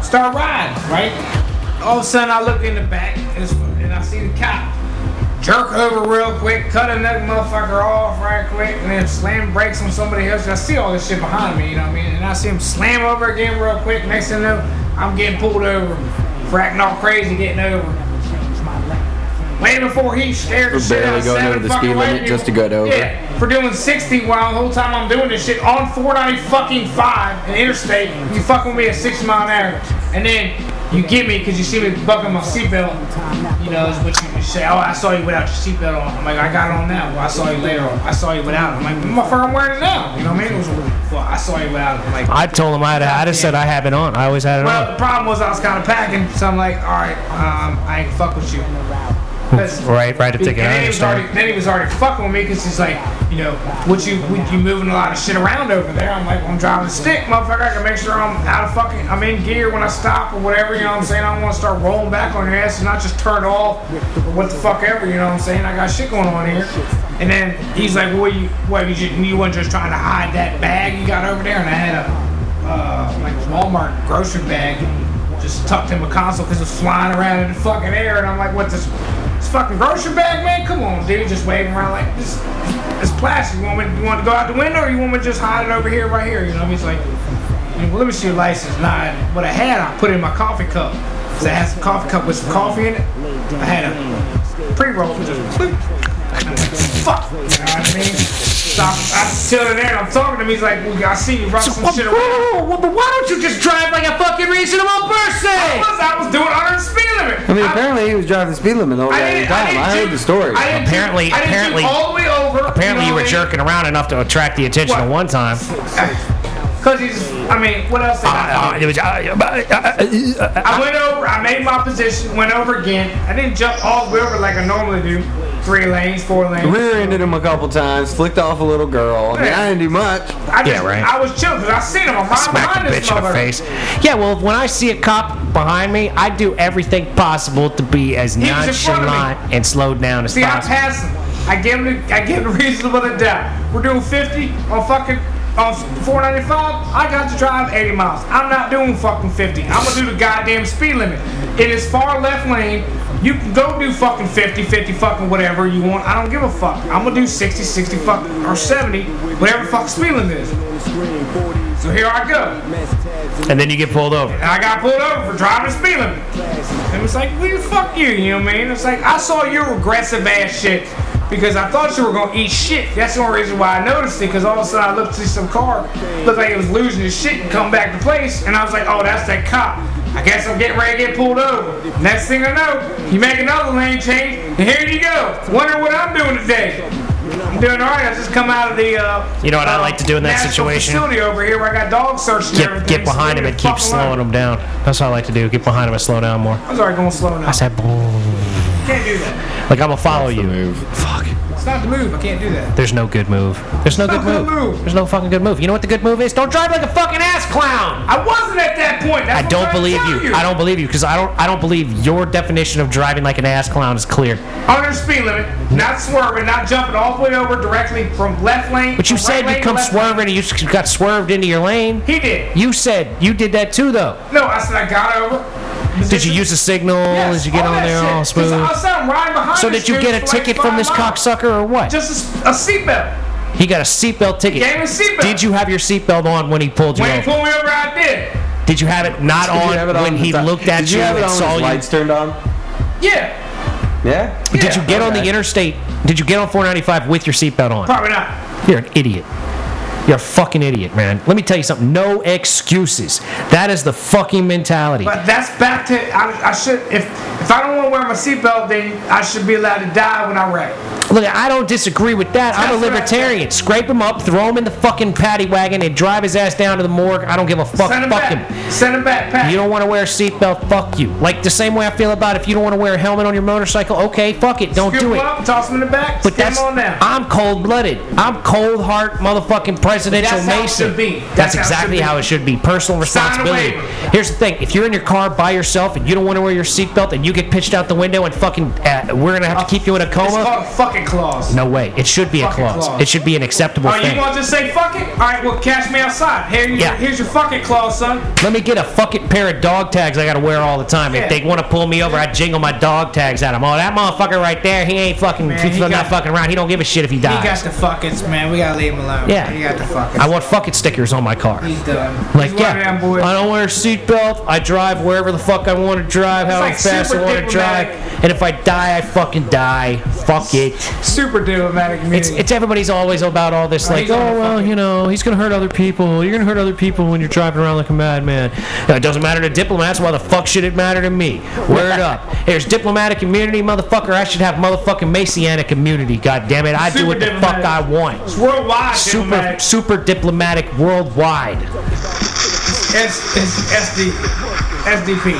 start riding, right? All of a sudden, I look in the back and it's- and I see the cop jerk over real quick, cut another motherfucker off right quick, and then slam brakes on somebody else. And I see all this shit behind me, you know what I mean? And I see him slam over again real quick. Next thing I know, I'm getting pulled over, for acting all crazy, getting over. Way before he stared the
For
shit out
barely
of
going
seven
over the
fucking
speed
white
limit just to
people.
get over.
Yeah, for doing 60 while the whole time I'm doing this shit on 490 fucking 5 and interstate. You fucking with me at 6 mile an hour. And then you get me because you see me bucking my seatbelt. You know, is what you say. Oh, I saw you without your seatbelt on. I'm like, I got it on now. Well, I saw you later on. I saw you without. it. I'm like, motherfucker, I'm wearing it now. You know what I mean? It was, well, I saw you without. it. I'm like,
I told him I had. I just said I have it on. I always had it
well, the
on.
problem was I was kind of packing, so I'm like, all right, um, I ain't fuck with you. 'Cause-
Right, right to take it.
and
I
then he, was already,
understand.
then he was already fucking with me because he's like, you know, what you what you moving a lot of shit around over there? I'm like, well, I'm driving a stick, motherfucker. I can make sure I'm out of fucking, I'm in gear when I stop or whatever. You know what I'm saying? I don't want to start rolling back on your ass and not just turn off or what the fuck ever. You know what I'm saying? I got shit going on here. And then he's like, well, you what you just, you weren't just trying to hide that bag you got over there? And I had a uh, like Walmart grocery bag just tucked in my console because it's flying around in the fucking air, and I'm like, what's this? This fucking grocery bag, man? Come on, dude, just waving around like this. It's plastic. You want me? You want to go out the window, or you want me to just hide it over here, right here? You know, what I mean? it's like, well, let me see your license. Nah, what I had, I put it in my coffee cup. So I had some coffee cup with some coffee in it. I had a pre-roll, just bloop, fuck. You know what I mean? So I'm, I'm sitting there and I'm talking to him. He's like, well, I see you rubbing some shit around.
but why don't you just drive like a fucking reasonable person?
Plus, I was doing 100 speed limit.
I mean, apparently he was driving the speed limit all that
didn't-
time.
didn't
I, heard
do-
the story.
I didn't do-
Apparently-
I didn't
apparently-
do all the way over.
Apparently, you were jerking around enough to attract the attention
What?
of one time.
Because he's, I mean, what else? Did I,
Uh, uh, it was, uh, uh, uh, uh,
I went over. I made my position. Went over again. I didn't jump all the way over like I normally do. Three lanes, four lanes.
Rear-ended him a couple times, flicked off a little girl. I mean, I didn't do much.
I just,
Yeah, right.
I was chill because I seen him. I'm right
smack
behind
the
this
bitch in the
mother.
face. Yeah, well, when I see a cop behind me, I do everything possible to be as
in front of me.
nonchalant and slowed down as
See, I
possible.
passed him. I gave him. I gave him reasonable to doubt. We're doing 50 on fucking on 495. I got to drive 80 miles. I'm not doing fucking 50. I'm gonna do the goddamn speed limit. It is far left lane. You can go do fucking 50, 50 fucking whatever you want. I don't give a fuck. I'm gonna do 60, 60 fucking or 70, whatever fucking speed limit is. So here I go.
and then you get pulled over.
And I got pulled over for driving speed limit. And it's like, well, fuck you, you know what I mean? It's like, I saw your aggressive ass shit because I thought you were going to eat shit. That's the only reason why I noticed it because all of a sudden I looked to see some car, looked like it was losing his shit and come back to place. And I was like, oh, that's that cop. I guess I'm getting ready to get pulled over. Next thing I know, you make another lane change, and here you go. Wondering what I'm doing today. I'm doing all right. I just come out of the. Uh,
You know what I
uh,
like to do in that
national
situation?
Facility over here where I got dog searching.
Get, get behind him and keep slowing him down. That's what I like to do. Get behind him and slow down more.
I'm sorry, going slow now.
I said, "Boom."
can't do that.
like I'm gonna follow you. Fuck.
It's not the move. I can't do that.
There's no good move. There's no good
Not
move.
good move.
There's no fucking good move. You know what the good move is? Don't drive like a fucking ass clown.
I wasn't at that point. That's
I
what
don't
I'm trying to
believe
tell
you. I don't believe you because I don't. I don't believe your definition of driving like an ass clown is clear.
Under speed limit, not swerving, not jumping all the way over directly from left lane.
But you
from
said
right
you
lane to
come
left
swerving and you s- got swerved into your lane.
lane. He did.
You said you did that too, though.
No, I said I got over.
Did you use a signal?
Yes,
Did you get
all
on
that
there
shit.
all
'Cause
smooth?
I said I'm riding behind
So
this
did you
dude
get a
for like
ticket from
five
this
miles.
cocksucker or what?
Just a s- a, seatbelt.
he got a seatbelt ticket.
Gave him a seatbelt.
Did you have your seatbelt on when he pulled you
When he
over?
pulled me over, I did.
Did you have it not
Did you
on
have it
when
the
he
time-
looked at
Did
you,
you have it
and
on when
saw
his
you?
lights turned on?
Yeah,
Yeah.
Did you get on the
Okay.
interstate? Did you get on 495 with your seatbelt on?
probably not.
You're an idiot. You're a fucking idiot, man. Let me tell you something. No excuses. That is the fucking mentality.
But that's back to I, I should if if I don't want to wear my seatbelt, then I should be allowed to die when I wreck.
Look, I don't disagree with that. I'm a
That's what I said.
libertarian. Scrape him up, throw him in the fucking paddy wagon, and drive his ass down to the morgue. I don't give a fuck.
Send him
Fuck
back.
him.
Send him back, Pat.
You don't want to wear a seatbelt, fuck you. Like the same way I feel about if you don't want to wear a helmet on your motorcycle, okay, fuck it, don't
Scoop
do
him
it.
Up, toss him in the back.
But
stand
that's
on down.
I'm cold blooded. I'm cold heart motherfucking presidential
That's how it
mason.
should be.
That's,
That's how it
exactly
should be.
how it should be. Personal
Sign a
responsibility.
waiver.
Here's the thing: if you're in your car by yourself and you don't want to wear your seatbelt and you get pitched out the window and fucking, uh, we're gonna have to keep you in a
It's
coma.
called a fucking clause.
No way. It should be a
Fucking
clause.
clause.
It should be an acceptable
Oh,
thing.
you want to just say fuck it? All right, well, cash me outside. Here, you,
Yeah.
here's your fucking clause, son.
Let me get a fucking pair of dog tags I gotta wear all the time. If
Yeah.
they wanna pull me over, I jingle my dog tags at them. Oh, that motherfucker right there, he ain't fucking,
Man,
he's
he
not
got-
fucking around. He don't give a shit if he
He
dies.
got the fuckets, man. We gotta leave him alone.
Yeah.
He got the
I
fuckets.
want fucking stickers on my car.
He's done.
Like,
He's one of
yeah,
them boys.
I don't wear a seatbelt. I drive wherever the fuck I want to drive, however
like
fast I
super
want to drive.
diplomatic.
And if I die, I fucking die. Fuck it.
Super diplomatic
It's,
community.
it's everybody's always about all this, like,
he's gonna
oh, well,
fucking-
you know, he's going to hurt other people. You're going to hurt other people when you're driving around like a madman. No, it doesn't matter to diplomats. Why the fuck should it matter to me? Wear
[laughs]
it up. There's diplomatic immunity, motherfucker. I should have motherfucking messianic immunity, God damn it. I do
Super
what the fuck
diplomatic.
I want.
worldwide
Super,
diplomatic.
super diplomatic worldwide.
It's, it's SD, SDP.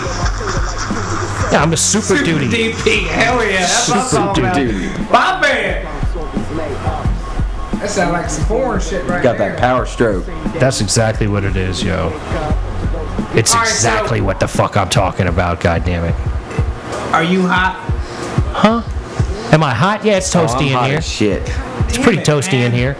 Yeah, I'm a super, duty.
DP. Hell yeah. That's what I'm
Super
talking about.
duty.
My bad. That sounds like some foreign shit right
Got
there.
that power stroke.
That's exactly what it is, yo. It's
All right, so-
exactly what the fuck I'm talking about, God damn it.
Are you hot?
Huh? Am I hot? Yeah, it's
Oh, I'm
toasty
hot
in here.
as shit.
It's pretty
Damn it,
toasty
man.
in here.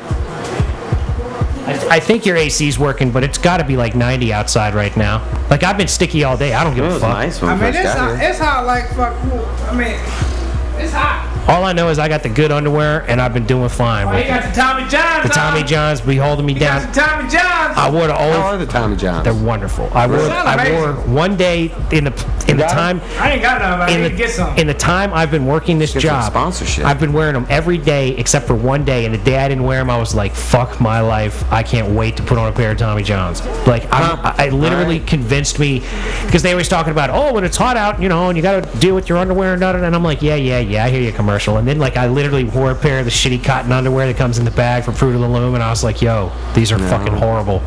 I, I think your AC's working, but it's got to be like 90 outside right now. Like I've been sticky all day. I don't give
It
a
was
fuck.
Oh, nice when
I
I
mean,
first
it's hot,
got here.
it's hot like fuck. I mean, it's hot.
All I know is I got the good underwear and I've been doing fine.
Oh, you
With it.
got the Tommy Johns.
The Tommy
on.
Johns be holding me
You got
down.
the Tommy Johns.
I wore the
How
old.
are the Tommy Johns?
They're wonderful. I wore.
Really?
I wore one day in the in the
got 'em?
time.
I ain't got none. I
in
need
the,
to get some.
in the time I've been working this
Get some
job,
sponsorship.
I've been wearing them every day except for one day. And the day I didn't wear them, I was like, "Fuck my life! I can't wait to put on a pair of Tommy Johns." Like I'm,
Huh.
I, I literally
Alright.
convinced me because they always talking about, "Oh, when it's hot out, you know, and you got to deal with your underwear and da da." da," And I'm like, "Yeah, yeah, yeah, I hear you, commercial." And then like I literally wore a pair of the shitty cotton underwear that comes in the bag from Fruit of the Loom, and I was like, "Yo, these are fucking horrible."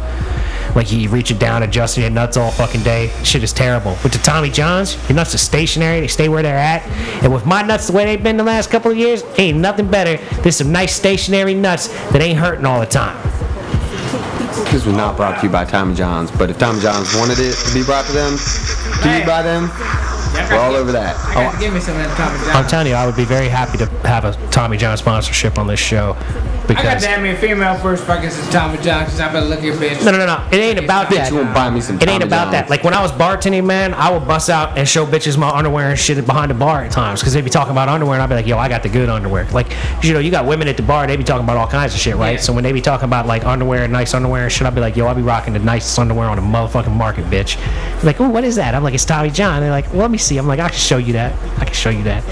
Like you reach it down, adjusting your nuts all fucking day. Shit is terrible. With the Tommy Johns, your nuts are stationary. They stay where they're at. And with my nuts the way they've been the last couple of years, ain't nothing better than some nice stationary nuts that ain't hurting all the time.
This was not brought to you by Tommy Johns, but if Tommy Johns wanted it to be brought to them, to
Hey.
you by them, we're all over that.
I gotta give me some of that Tommy
I'm
Johns.
telling you, I would be very happy to have a Tommy John sponsorship on this show
I got
because
to have me a female first if I get some Tommy Johns 'cause I better look at bitch.
no, no, no, no, it ain't about
Bitch,
that.
you won't buy me some
It ain't
Tommy
about that.
Johns.
Like when I was bartending, man, I would bust out and show bitches my underwear and shit behind the bar at times because they'd be talking about underwear and I'd be like, yo, I got the good underwear. Like, you know, you got women at the bar, they be talking about all kinds of shit, right?
Yeah.
So when they be talking about like underwear and nice underwear and shit, I'd be like, yo, I'll be rocking the nicest underwear on the motherfucking market, bitch. They're like, oh, what is that? I'm like, it's Tommy John. They're like, well, let me see. I'm like, I can show you that. I can show you that.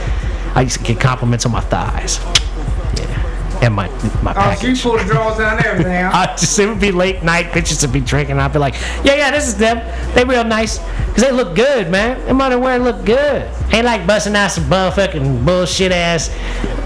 I used to get compliments on my thighs. Yeah. And my, my
Oh, so you
package.
pull the drawers down and
[laughs]
everything. huh?
I just it would be late night, bitches would be drinking. I'd be like, yeah, yeah, this is them. They real nice. Cause they look good, man. Them underwear look good. Ain't like busting out some motherfucking bullshit ass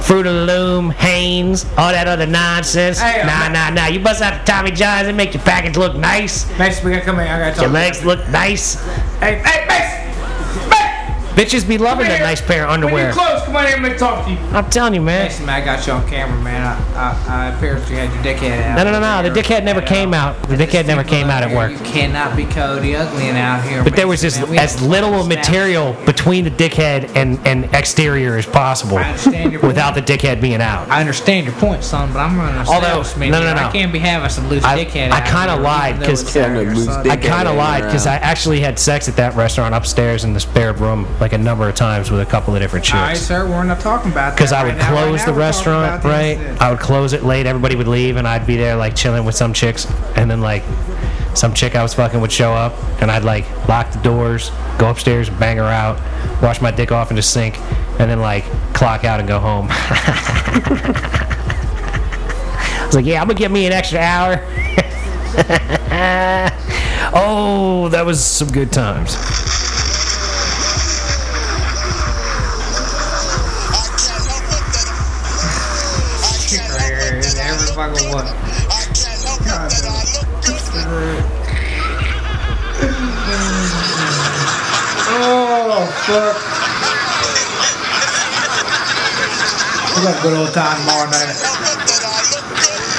Fruit of the Loom, Hanes, all that other nonsense.
Hey, uh,
nah, nah, nah. You bust out the Tommy Johns, it make your package look nice.
Mason, we gotta come in. I gotta talk.
Your legs look nice.
Hey, hey, Mason! Mason!
Bitches be loving
Come
a
here.
nice pair of
When you
underwear.
close, come on here and let me talk to you.
I'm telling you, man.
Mason, man, I got you on camera, man. I, I, I apparently had your dickhead out.
No, no, no, no. The
there.
dickhead never
um,
came out. The dickhead never came out at
Here,
work.
You cannot be Cody Ugly and out here.
But there was as, as little of material between the dickhead and, and exterior as possible
I understand your
without the dickhead being out.
I understand your point, son, but I'm running a
Although-
sales meeting.
no, no, no.
I can't be having some loose
I-
dickhead.
I
out
kinda
here,
lied,
even though
'cause-
it's
Yeah, no
Saturday,
loose
son.
I
dick.
kind of lied because I actually had sex at that restaurant upstairs in the spare room like a number of times with a couple of different
All right,
chicks.
sir, we're not talking about that.
Because I would
right now. Right
close
now
the
we're talking
restaurant,
about the
right?
incident.
I would close it late. Everybody would leave, and I'd be there like chilling with some chicks, and then like some chick I was fucking would show up, and I'd like lock the doors, go upstairs, bang her out, wash my dick off in the sink, [laughs] and then like clock out and go home. It's like, yeah, I'm gonna give me an extra hour. [laughs] oh, that was some good times.
Every fucking one. God, Oh, fuck. We got a good old time tomorrow night.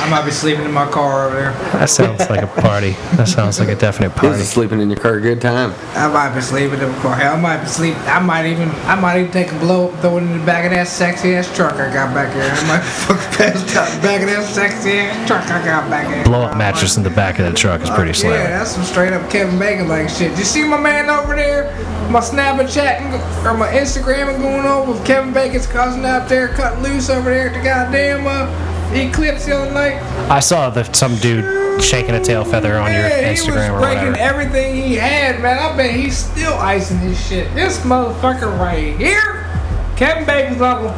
I might be sleeping in my car over there.
That sounds like a party. That sounds like a definite
This
party.
is sleeping in your car. Good time.
I might be sleeping in my car. Hell, I might be sleep. I might even. I might even take a blow, throw it in the back of that sexy ass truck I got back here. I might [laughs] fucking pass out the back of that sexy ass truck I got back here.
Blow up mattress in the back of the truck is pretty slim.
Yeah, that's some straight up Kevin Bacon like shit. You see my man over there, my Snapchat chatting or my Instagram and going on with Kevin Bacon's cousin out there cut loose over there at the goddamn uh, eclipse the other night.
I saw the, some dude shaking a tail feather on your
Man,
Instagram
he
or
was breaking
whatever.
everything he had, man. I bet he's still icing his shit. This motherfucker right here, Kevin Bacon's uncle.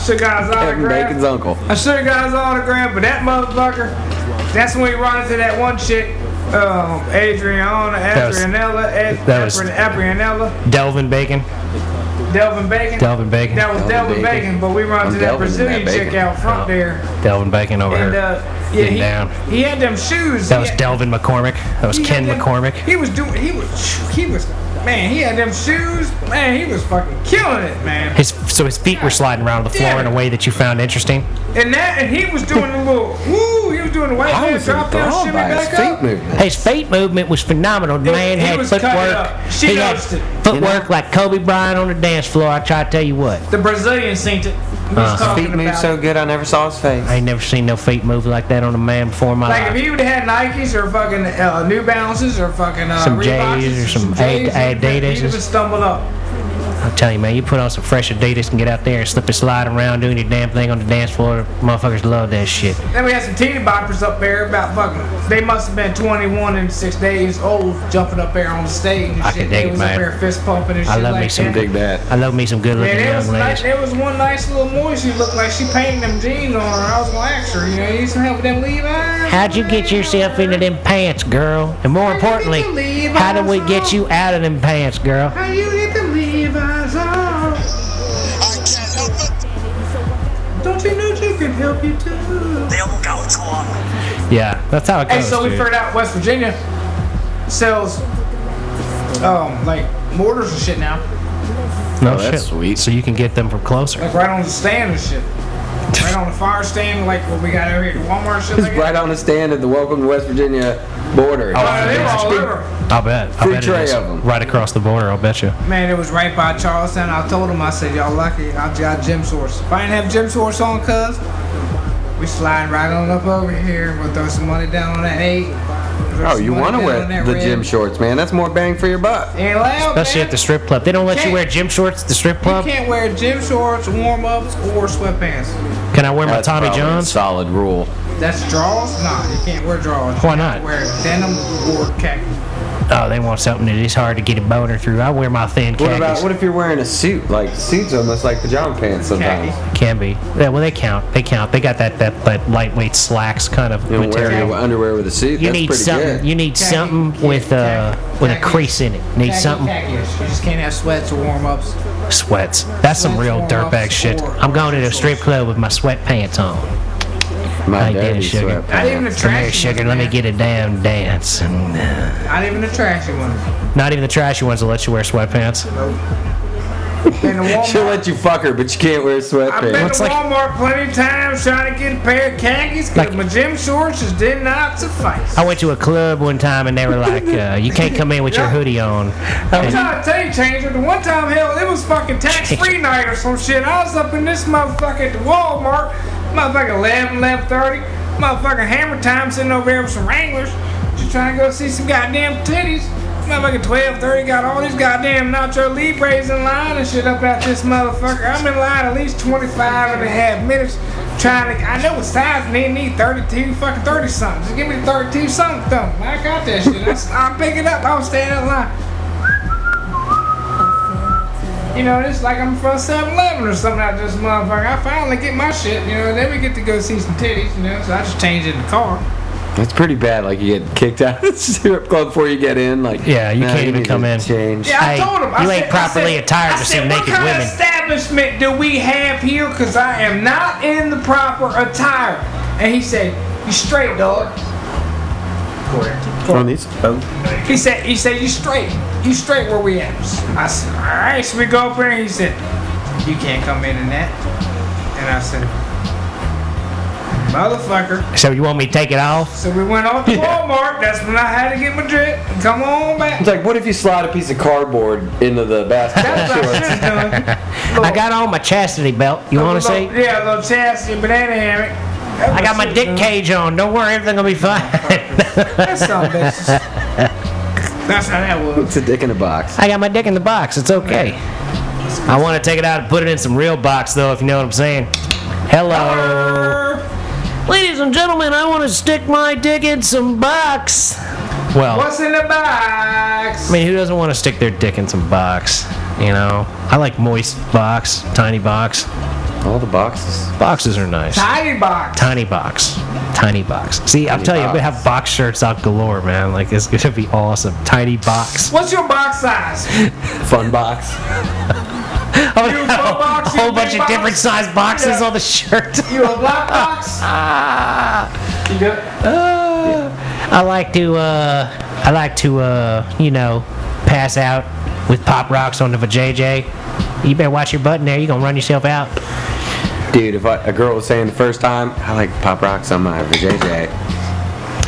Should got his
Kevin
autograph.
Bacon's uncle.
I should have got his autograph, but that motherfucker, that's when we run into that one chick, um, Adriana,
was-
Adrianella, Ad,
that was-
Adrianella,
Delvin Bacon.
Delvin Bacon.
Delvin Bacon.
That was
Delvin
Delvin Bacon,
Bacon.
but we run
I'm
into that
Delvin in that
Brazilian chick
bacon.
out front there.
Delvin Bacon over
And,
here.
uh, yeah,
Getting
he,
Oh. down.
he had them shoes.
That
He
was
had-
Delvin McCormick. That was
he
Ken
had them-
McCormick.
He was doing, he was, he was, man, he had them shoes. Man, he was fucking killing it, man.
His, so his feet were sliding around the floor in a way that you found interesting.
And that, and he was doing a little, woo, he was doing the white
I
hand
was
drop down
enthralled
shimmy
by his
back up.
feet movement.
His feet movement was phenomenal. The
It-
man
he
had
was cutting up.
footwork.
She
he had
noticed it.
footwork like Kobe Bryant on the dance floor. I try to tell you what.
The Brazilian synced it. He
Uh,
was talking
Feet move
about
so
it.
good, I never saw his face.
I ain't never seen no feet move like that on a man before in my
Like if
life.
he would have had Nikes or fucking uh, New Balances or fucking uh,
Some J's
Reeboks
or some
J's,
Ad-
he'd have-
Adidas.
He'd have stumbled up.
I'm telling you, man, you put on some fresh Adidas and get out there and slip and slide around doing your damn thing on the dance floor. Motherfuckers love that shit.
Then we had some teeny boppers up there about fucking. They must have been 21 and six days old jumping up there on stage. And
I
shit.
can
they
dig it,
was up
man.
there fist pumping and
I
shit
love me
like
some
that.
Dig that.
I love me some good
Man,
looking
there was,
young ladies.
nice, there was one nice little moisture looked like she painted them jeans on her. I was gonna ask her, you know, you need some help with them Levi's?
How'd you get yourself into them pants, girl? And more importantly,
you leave
how did we
us
get you out of them pants, girl?
How you get them Levi's on? Don't you know you can help you too?
Yeah, that's how it goes.
Hey, so we
dude.
figured out West Virginia sells um like mortars and shit now,
no
Oh, that's
shit.
sweet.
So you can get them from closer.
like right on the stand and shit, right on the fire stand, like what we got over here at Walmart and shit
It's
like
right
that.
on a stand at the Welcome to West Virginia border.
Uh, they were all over.
I'll bet. I
Free
bet
tray
it is.
of 'em.
Right across the border, I'll bet you.
Man, it was right by Charlestown. I told him, I said, y'all lucky. I got Jim's horse. If I didn't have Jim's horse on, cuz, we slide right on up over here. We'll throw some money down on that eight. Throw
Oh,
some
you
money
want to
down
wear
on that
the
red.
gym shorts, man. That's more bang for your buck.
Ain't allowed,
Especially
man.
at the strip club. They don't let you
Can't-
wear gym shorts at the strip
You
club.
can't wear gym shorts, warm ups, or sweatpants.
Can I wear my
That's
Tommy
probably a
Johns?
solid rule.
That's draws? Nah, you can't wear draws.
Why not?
Wear denim or khaki.
Oh, they want something that is hard to get a boner through. I wear my thin
What
khakis.
about what if you're wearing a suit? Like suits almost like pajama pants sometimes.
Khaki.
Can be. Yeah, well, they count. They count. They got that that, that lightweight slacks kind of
You know, wearing
material.
your underwear with a suit.
You
that's
need
pretty
something.
good.
You need
Khaki.
something
Yeah,
with uh
khaki.
with a
Khaki.
crease in it. Need
Khaki,
something
khaki. You just can't have sweats or warm ups.
sweats. That's some
Sweats
real
warm
dirtbag
ups
shit.
or-
I'm going to the strip club with my sweatpants on.
My
I did,
dirty
sugar.
sweatpants.
Not even the
Come here,
trashy
sugar.
ones,
Let me
man.
get a damn dance. And, uh,
Not even the trashy ones.
not even the trashy ones will let you wear sweatpants.
Been to
[laughs]
She'll
Walmart.
let you fuck her, but you can't wear
I've been
sweatpants.
What's
to
like-
Walmart plenty of times trying to get a pair of khakis because
Like-
my gym shorts just did not suffice.
I went to a club one time and they were like, uh, "You can't come in with your hoodie on."
I'm
And-
trying to tell you, Changer, the one time, hell, it was fucking tax-free night or some shit. I was up in this motherfucker at the Walmart, motherfucking 11, 11.30, motherfucking hammer time sitting over here with some Wranglers, just trying to go see some goddamn titties. Motherfucking 12.30, got all these goddamn Nacho Libres in line and shit up out this motherfucker. I'm in line at least 25 and a half minutes trying to, I know what size they need, 32, fucking 30 something. Just give me the 32 something. thumb. I got that shit. I, I'm picking up, I'm staying in line.
you know, it's like I'm from 7 Eleven or something out this motherfucker. I finally get my shit, you know, then we get to go see some titties, you know, so I just change in the car.
That's pretty bad. Like you get kicked out of the [laughs] strip club before you get in. Like
Yeah, you
nah,
can't even
need
come
to
in.
Change.
Yeah, I
Hey,
told him. I
you
said-
ain't properly
I said,
attired to
I
see
said,
naked
what kind
women."
Of establishment do we have here? Cause I am not in the proper attire. And he said, "You straight, dog."
On these. Oh.
He said, "He said you straight. You straight where we at?" I said, "All right." So we go up there. And he said, "You can't come in in that." And I said, "Motherfucker."
So you want me to take it off?
So we went off to Walmart. That's when I had to get my drip. and Come on back.
It's like, what if you slide a piece of cardboard into the
That's
basketball
what
[laughs] shorts?
I should have done.
I got on my chastity belt. You want to
Little-
see?
Yeah, a little chastity banana hammock. That
I got
was
my
it,
dick
man.
cage on. Don't worry, everything gonna be fine. [laughs]
That's some bitches. That's how that was.
It's a dick in a box.
I got my dick in the box. It's okay. I want to take it out and put it in some real box, though, if you know what I'm saying. Hello. Ladies and gentlemen, I want to stick my dick in some box. Well,
What's in the
I
box?
mean, who doesn't want to stick their dick in some box? You know, I like moist box, tiny box.
All the boxes.
Boxes are nice.
Tiny box.
Tiny box. Tiny box. See, I'm telling you, I'm gonna have box shirts out galore, man. Like it's gonna be awesome. Tiny box.
What's your box size?
Fun box.
I'm gonna
[laughs] You
have
go
[laughs]
box,
a whole
you big
bunch of
box.
different size boxes
[laughs] Yeah.
on the shirt.
You a black box? You good?
Uh, I like to, uh, I like to, uh, you know, pass out with pop rocks on the vajayjay. You better watch your button there. You gonna run yourself out.
Dude, if I, a girl was saying the first time, I like pop rocks on my vajayjay.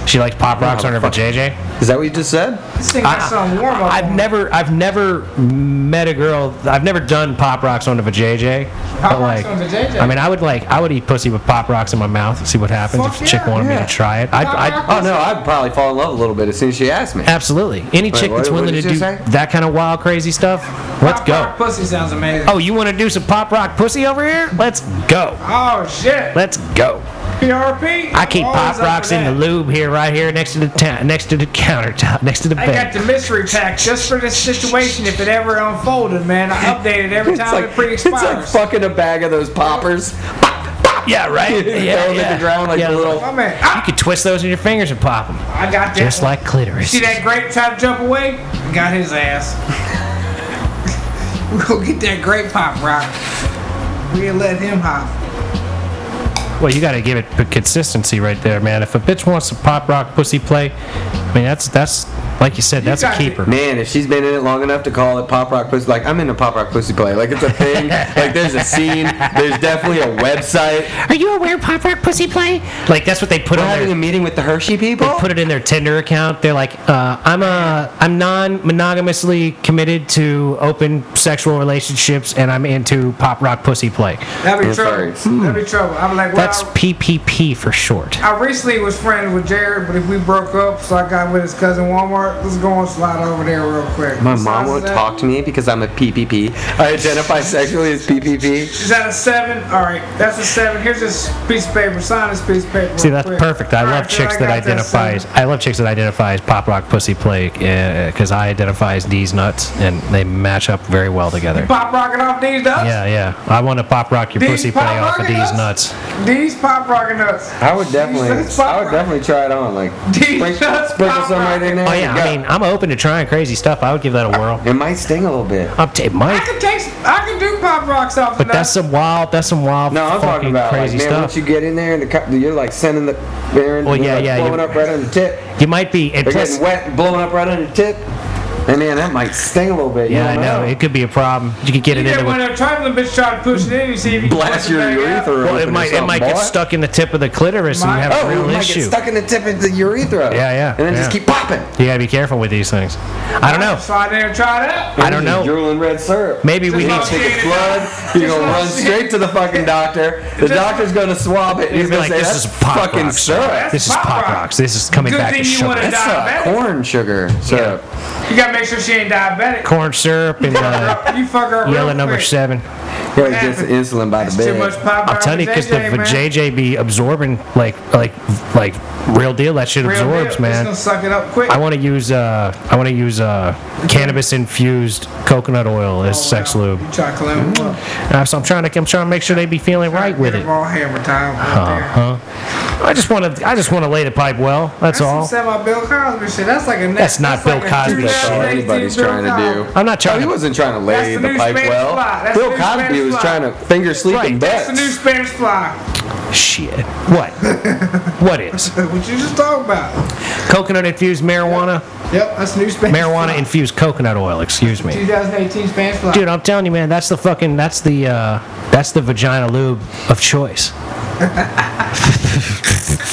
She likes pop rocks
Oh,
on her
fuck.
vajayjay.
Is that what you just said?
This thing got some warm up.
I've
on it.
never, I've never met a girl. I've never done pop rocks on a vajayjay.
Pop
but,
rocks
like,
on vajayjay?
I mean, I would like, I would eat pussy with pop rocks in my mouth. See what happens
Fuck
if a chick
yeah,
wanted
yeah.
me to try it. I'd,
Pop
I'd,
rock
oh
Oh no, I'd probably fall in love a little bit as soon as she asked me.
absolutely. Any chick
what-
that's
what
willing to
did
do
you say?
that kind of wild, crazy stuff, let's
Pop
go.
rock Pussy sounds amazing.
Oh, you want to do some pop rock pussy over here? Let's go.
Oh shit.
Let's go.
PRP.
I keep
I'm
pop
always up
rocks
for
in the
that.
lube here, right here, next to the ta- next to the countertop, next to the
I
bed.
got the mystery pack just for this situation if it ever unfolded, man. I update it
[laughs]
every
It's
time
like,
it pre
it's like
expires.
fucking a bag of those poppers.
Yeah, right.
[laughs] Throw
yeah,
them in the
yeah.
ground like
Yeah,
a little.
My man.
You
Ah,
could twist those in your fingers and pop them,
I got that.
just
one.
like clitoris.
See that grape try to jump away? Got his ass. [laughs] we'll get that grape pop rock. We'll let him hop.
Well, you got to give it p- consistency right there, man. If a bitch wants to pop rock pussy play, I mean that's that's like you said, that's a
got to-
keeper.
Man, if she's been in it long enough to call it pop rock pussy, like I'm in a pop rock pussy play. Like it's
[laughs]
a thing. like there's a scene. There's definitely a website.
Are you aware of pop rock pussy play? Like that's what they put
We're
on
having
their
a meeting with the Hershey people.
they put it in their Tinder account. They're like, uh, I'm a, I'm non-monogamously committed to open sexual relationships, and I'm into pop rock pussy play.
That'd be
Yeah,
trouble.
sorry.
That'd be trouble. I'm like, well,
That's PPP for short.
I recently was friends with Jared, but if we broke up, so I got with his cousin Walmart. Let's go on slide over there real quick.
My
What
mom
size
won't
is that?
talk to me because I'm a PPP. I identify sexually as PPP.
Is that a seven? All right, that's a seven. Here's this piece of paper. Sign this piece of paper.
See,
real
that's
quick.
perfect. I
All
love
right, dude,
chicks
I
that
got
identify
seven.
as, I love chicks that identify as pop rock pussy play because I identify as these nuts, and they match up very well together.
Pop rocking off these nuts.
Yeah, yeah. I want to pop rock your
These
pussy play
pop
off of
rocking
these
us?
nuts.
These pop rocking nuts.
I would definitely,
That's pop
I would
rock.
definitely try it on. Like
Dude,
sprinkle,
that's
sprinkle
pop
some right
rock.
in there.
Oh
and
yeah,
go.
I mean, I'm open to trying crazy stuff. I would give that a whirl.
it might sting a little bit.
Up to
I
Mike.
can take. I can do pop rocks off.
But
nuts.
that's some wild. That's some wild.
No, I'm talking
fucking
about like,
crazy
man.
stuff.
Once you get in there and the cup, you're like sending the bearing,
Well,
you're,
yeah,
like,
yeah,
blowing
you-
up right on the tip.
You might be. And
They're
plus,
getting wet, and blowing up right on the tip. And man, that might sting a little bit. You
yeah, I
don't
know. It could be a problem. You could get
You
it
get
into
one
a.
of them trifling bitch trying to push it in. You see if you can
Blast
push it
your
back out.
urethra.
Well,
open
it
or
might. It
something,
might get
boy.
stuck in the tip of the clitoris and you
Might-
have
Oh,
a real
it might
issue.
get stuck in the tip of the urethra.
Yeah, yeah,
And then just
yeah.
keep popping.
You gotta be careful with these things. I don't know.
Slide in and try
[laughs]
it out.
I don't
This is
know.
Drooling red syrup.
Maybe we
Just
need
like
to.
it.
It's blood. You're gonna
[laughs]
run straight to the fucking doctor. The doctor's gonna swab it. and He's
You'd be
gonna
like,
say,
"This
"That's
is pop
fucking
rocks."
syrup.
That's
This is
pop
pop
rock.
rocks. This is coming
Good
back
thing
to
you wanna
sugar.
die.
That's uh,
diabetic.
corn sugar syrup."
You got make sure she ain't diabetic.
corn syrup
[laughs]
and uh,
You fuck her up.
yellow
real
number
quick.
seven.
Probably just insulin by the
It's too much
bed.
pop.
I'm telling you, because the
man.
JJ be absorbing like like like real deal. That shit
Real deal,
absorbs,
it's
man.
gonna suck it up quick.
I want to use uh, I want to use uh, cannabis infused coconut oil
Oh,
as sex
Wow.
lube.
You try to clean them up.
Uh, so I'm trying to I'm trying to make sure they be feeling right with
Get
it.
them all hammer time.
Uh
Right there.
huh. I just want to I just want to lay the pipe well. That's
That's some
all.
semi Bill Cosby shit. That's like a
That's not Bill Cosby
That's all
shit.
anybody's trying to do.
I'm not
Oh,
trying
he
to-
wasn't trying to
That's
lay
the
the
new
pipe
Spanish fly.
well.
That's
Bill
the new Spanish
Cosby was
fly.
trying to finger sleep
Right.
in
That's the new
bets.
Spanish fly.
Shit.
[laughs]
What? what is
What you just talking about?
coconut infused marijuana?
Yep, that's the new Spanish [laughs] fly.
Marijuana infused coconut oil. Excuse me.
2018 Spanish fly.
Dude, I'm telling you, man, that's the fucking that's the uh, that's the vagina lube of choice.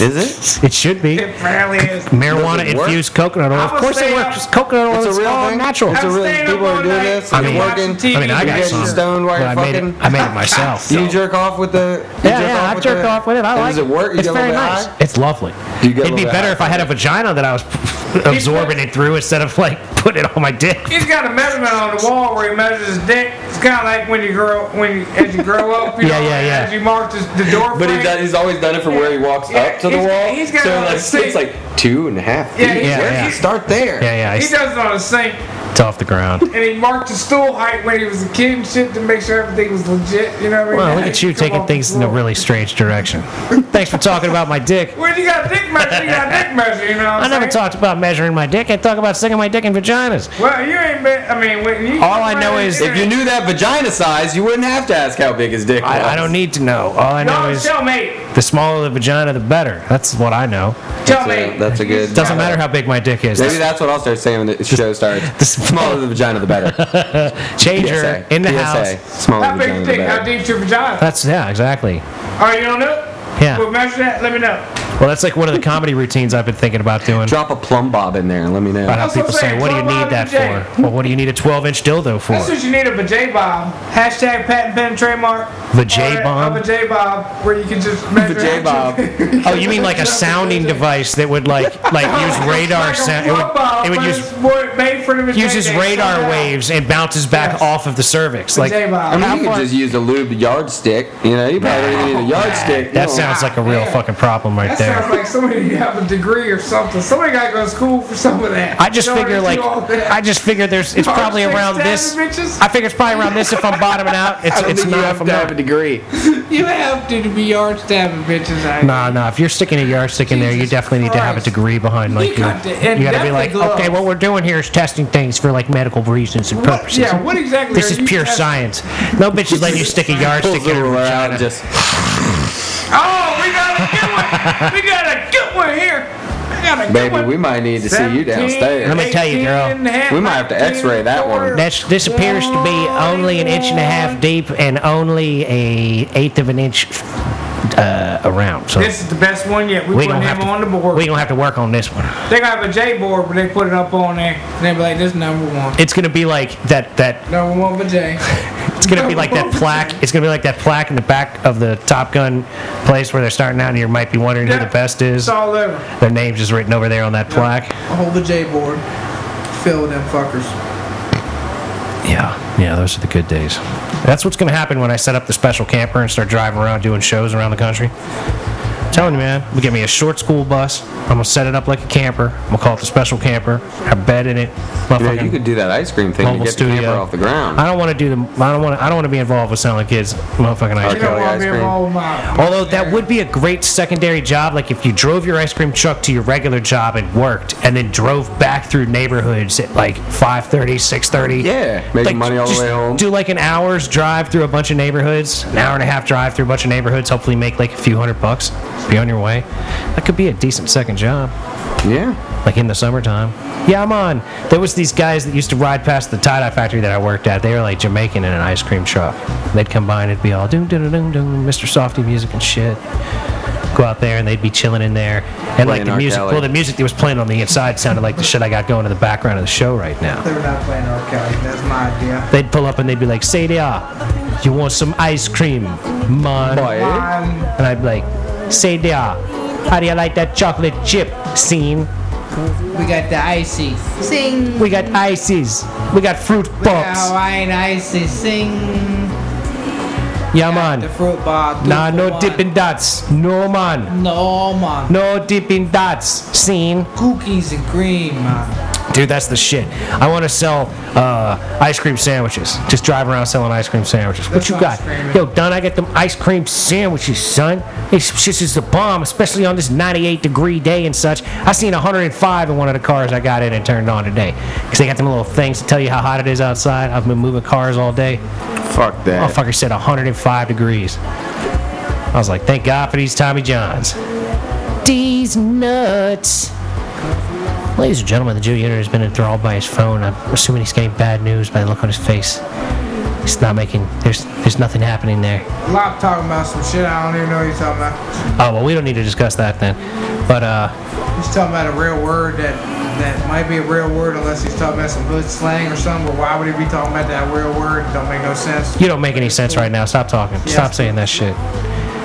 Is it?
It should be.
it barely is.
Marijuana
Does it work?
infused coconut oil.
I
Of
was
course it
saying-
works. Coconut oil
uh, It's a
is
real
all
thing?
natural.
It's a
I'm
real
staying
people
up
are
all
doing
night
this. and
I mean-
you're
watching
working.
TV.
I mean, I
You
got
get
some.
stoned while
but
you're
I made it.
fucking?
I made it myself.
Do [laughs] you jerk off with the? you
yeah,
jerk
yeah,
off
I've
with
jerked
the-
off with it. I like
Does it work? You
It's
get a
very
little bit
nice.
high?
It's lovely.
Do you get
It'd be
a little bit
better
high
if I had a vagina that I was [laughs] absorbing it through instead of like [laughs] putting it on my dick.
He's got a measurement on the wall where he measures his dick. It's kind of like when you grow, when you, as you grow up, you
[laughs] Yeah,
know,
yeah, yeah.
as you mark the, the door
But
frame.
he does, he's always done it from where he walks
Yeah,
up to the
he's-
wall.
he's got it
so
on
like,
the sink.
it's like two and a half feet.
Yeah,
yeah,
Where
yeah.
does it start there?
Yeah, yeah, I
he
s-
does it on a sink,
it's off the ground.
and he marked the stool height when he was a kid and shit to make sure everything was legit. You know what I mean?
Well, look at you
Come
taking
on,
things in a
come on.
really strange direction. Thanks for talking about my dick.
When you got a dick measure, you got a dick measure. You
[laughs]
know what
I
I'm
never
saying?
talked about measuring my dick. I talk about sticking my dick in vaginas.
Well, you ain't been. I mean, when you
All I know is
If you knew that vagina size, you wouldn't have to ask how big his dick was.
I, I don't need to know. All I know
Y'all
is
show me.
the smaller the vagina, the better. That's what I know.
Tell
So
me.
that's a good.
Doesn't matter how big my dick is.
Maybe that's what I'll start saying when the
[laughs]
show starts. The smaller the vagina, the better.
Changer
PSA.
in the
PSA.
house.
Smaller
How
the
big
vagina, the
you think? How
better.
deep's your vagina?
That's yeah, exactly.
Oh, you don't know?
Yeah.
Well, measure that. Let me know.
Well, that's like one of the comedy routines I've been thinking about doing.
Drop a plumb bob in there and let me know.
About how
That's what
people
I'm
say,
saying,
"What do you
12
need that
hours a
for?" Well, what do you need a 12-inch dildo
That's
for?
what you need of a J bomb. Hashtag patent pen trademark.
The J-bomb?
Of a J bomb where you
[laughs]
can just measure.
The
[laughs]
J-bomb.
Oh, you mean like a sounding device that would like like use radar sound? It would, it would use
made for the vagina.
uses radar
Somehow.
waves and bounces back
Yes.
off of the cervix.
The
Like
I
J-bomb.
mean,
How
you
far-
could just use a lubed yardstick. You know, you probably don't even need a yardstick. You
that
know.
sounds like a real
Yeah.
fucking problem right
That
there.
sounds like somebody you have a degree or something. Somebody got to go to school for some of that.
I just
In order
figure
to
like
do all that.
I just figure there's it's
Hard
probably
sex
around
tattoo
this.
bitches?
I figure it's probably around this if I'm bottoming
[laughs]
out. It's
I don't
it's
think
not
you
if
have
I'm
to
not.
have a degree.
You have to be yard stabbing bitches out
Nah, nah. If you're sticking a yardstick in there, you
Jesus
definitely need to have a
Christ.
degree behind. Like you,
got to- and
you gotta be like,
definitely
okay,
gloves.
what we're doing here is testing things for like medical reasons and
What-
purposes.
yeah, what exactly
This
are
is
you
pure
testing?
science. No bitch is letting you stick a yardstick
Pulls
in
the
her
ruler out
vagina.
and just.
Oh, we got a
[laughs]
good one. we got a good one here. We got a good
Baby,
one.
we might need to see you
17,
Let
downstairs.
me tell you,
18
girl.
and a half,
We might have to
19
x-ray that one.
quarter.
That's, this appears to be only an inch and a half deep and only a eighth of an inch uh, around. So
This is the best one yet. We,
we
put
gonna
him
have to
on the board.
we gonna have to work on this one.
they gonna have a J board, but they put it up on there. And they be like, "This number one,
It's gonna be like that that
number one for J."
It's gonna be like that plaque. It's gonna be like that plaque in the back of the Top Gun place where they're starting out, and you might be wondering who
Yeah.
the best is.
It's all over.
Their name's just written over there on that plaque.
A whole the J board, fill them fuckers.
Yeah, yeah, those are the good days. That's what's gonna happen when I set up the special camper and start driving around doing shows around the country. telling you, man, we get me a short school bus. I'm gonna set it up like a camper. I'm gonna call it the special camper. I bed in it.
You, know,
Motherfucking-
you could do that ice cream thing to
mobile
get the camper
studio.
off the ground.
I don't want to do the. I don't want. I don't want to be involved with selling kids motherfucking ice
You
cream.
don't
Kelly
want
ice
me
cream.
involved with mine.
Although that would be a great secondary job, like if you drove your ice cream truck to your regular job and worked, and then drove back through neighborhoods at like 5:30, 6:30.
Yeah, making
Like,
money all the
just
way home.
Do like an hour's drive through a bunch of neighborhoods, an hour and a half drive through a bunch of neighborhoods. Hopefully, make like a few hundred bucks. Be on your way. That could be a decent second job
yeah.
like in the summertime. Yeah, I'm on. There was these guys that used to ride past the tie dye factory that I worked at. They were like Jamaican in an ice cream truck. They'd come by and it'd be all doom doom doom doom, Mr. Softy music and shit. Go out there and they'd be chilling in there, and like
Playing
the
R.
music.
Kelly.
Well, the music that was playing on the inside sounded like the shit I got going in the background of the show right now.
They're not playing R. Kelly. That's my idea.
They'd pull up and they'd be like, "Sadia, you want some ice cream, man?"
eh?
Boy.
Mine.
And I'd be like, "Sadia, how do you like that chocolate chip scene?"
We got the icy. Sing.
We got ices. We got fruit
Now
pops.
I ain't icy. Sing.
Yeah,
The
man.
fruit bar. two
Nah,
for
no
one.
dipping dots. No, man.
No, man.
No dipping dots. Scene.
Cookies and cream, man.
Dude, that's the shit. I want to sell uh, ice cream sandwiches. Just drive around selling ice cream sandwiches. what
That's
you
what I'm
got?
screaming.
Yo, Don, I got them ice cream sandwiches, son. This shit is the bomb, especially on this 98 degree day and such. I seen 105 in one of the cars I got in and turned on today. Because they got them little things to tell you how hot it is outside. I've been moving cars all day.
Fuck that.
Oh,
Motherfucker said 105 degrees. I was like, thank God for these Tommy Johns. These nuts. Ladies and gentlemen, the Jew unit has been enthralled by his phone. I'm assuming he's getting bad news by the look on his face. It's not making. There's there's nothing happening there.
Lop talking about some shit I don't even know what he's talking about.
Oh well, we don't need to discuss that then. But uh,
He's talking about a real word that that might be a real word unless he's talking about some hood slang or something. But why would he be talking about that real word? Don't make no sense.
you don't make any sense right now. Stop talking. Stop saying that shit.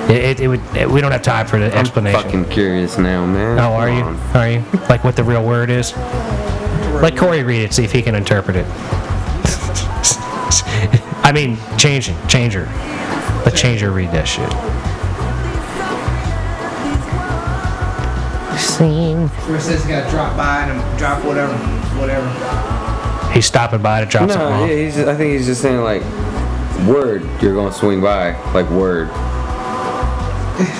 It, it, it would. It, we don't have time for the explanation.
Fucking curious now, man.
oh, are
Come
you?
on.
Are you? Like what the real word is? Let Corey read it, see if he can interpret it. [laughs] I mean, change it, change her. Let changer read that shit. Scene.
Chris says he got drop by and drop whatever, whatever.
He's stopping by to drop something
No,
off.
yeah, he's just, I think he's just saying like, word, you're gonna swing by, like word,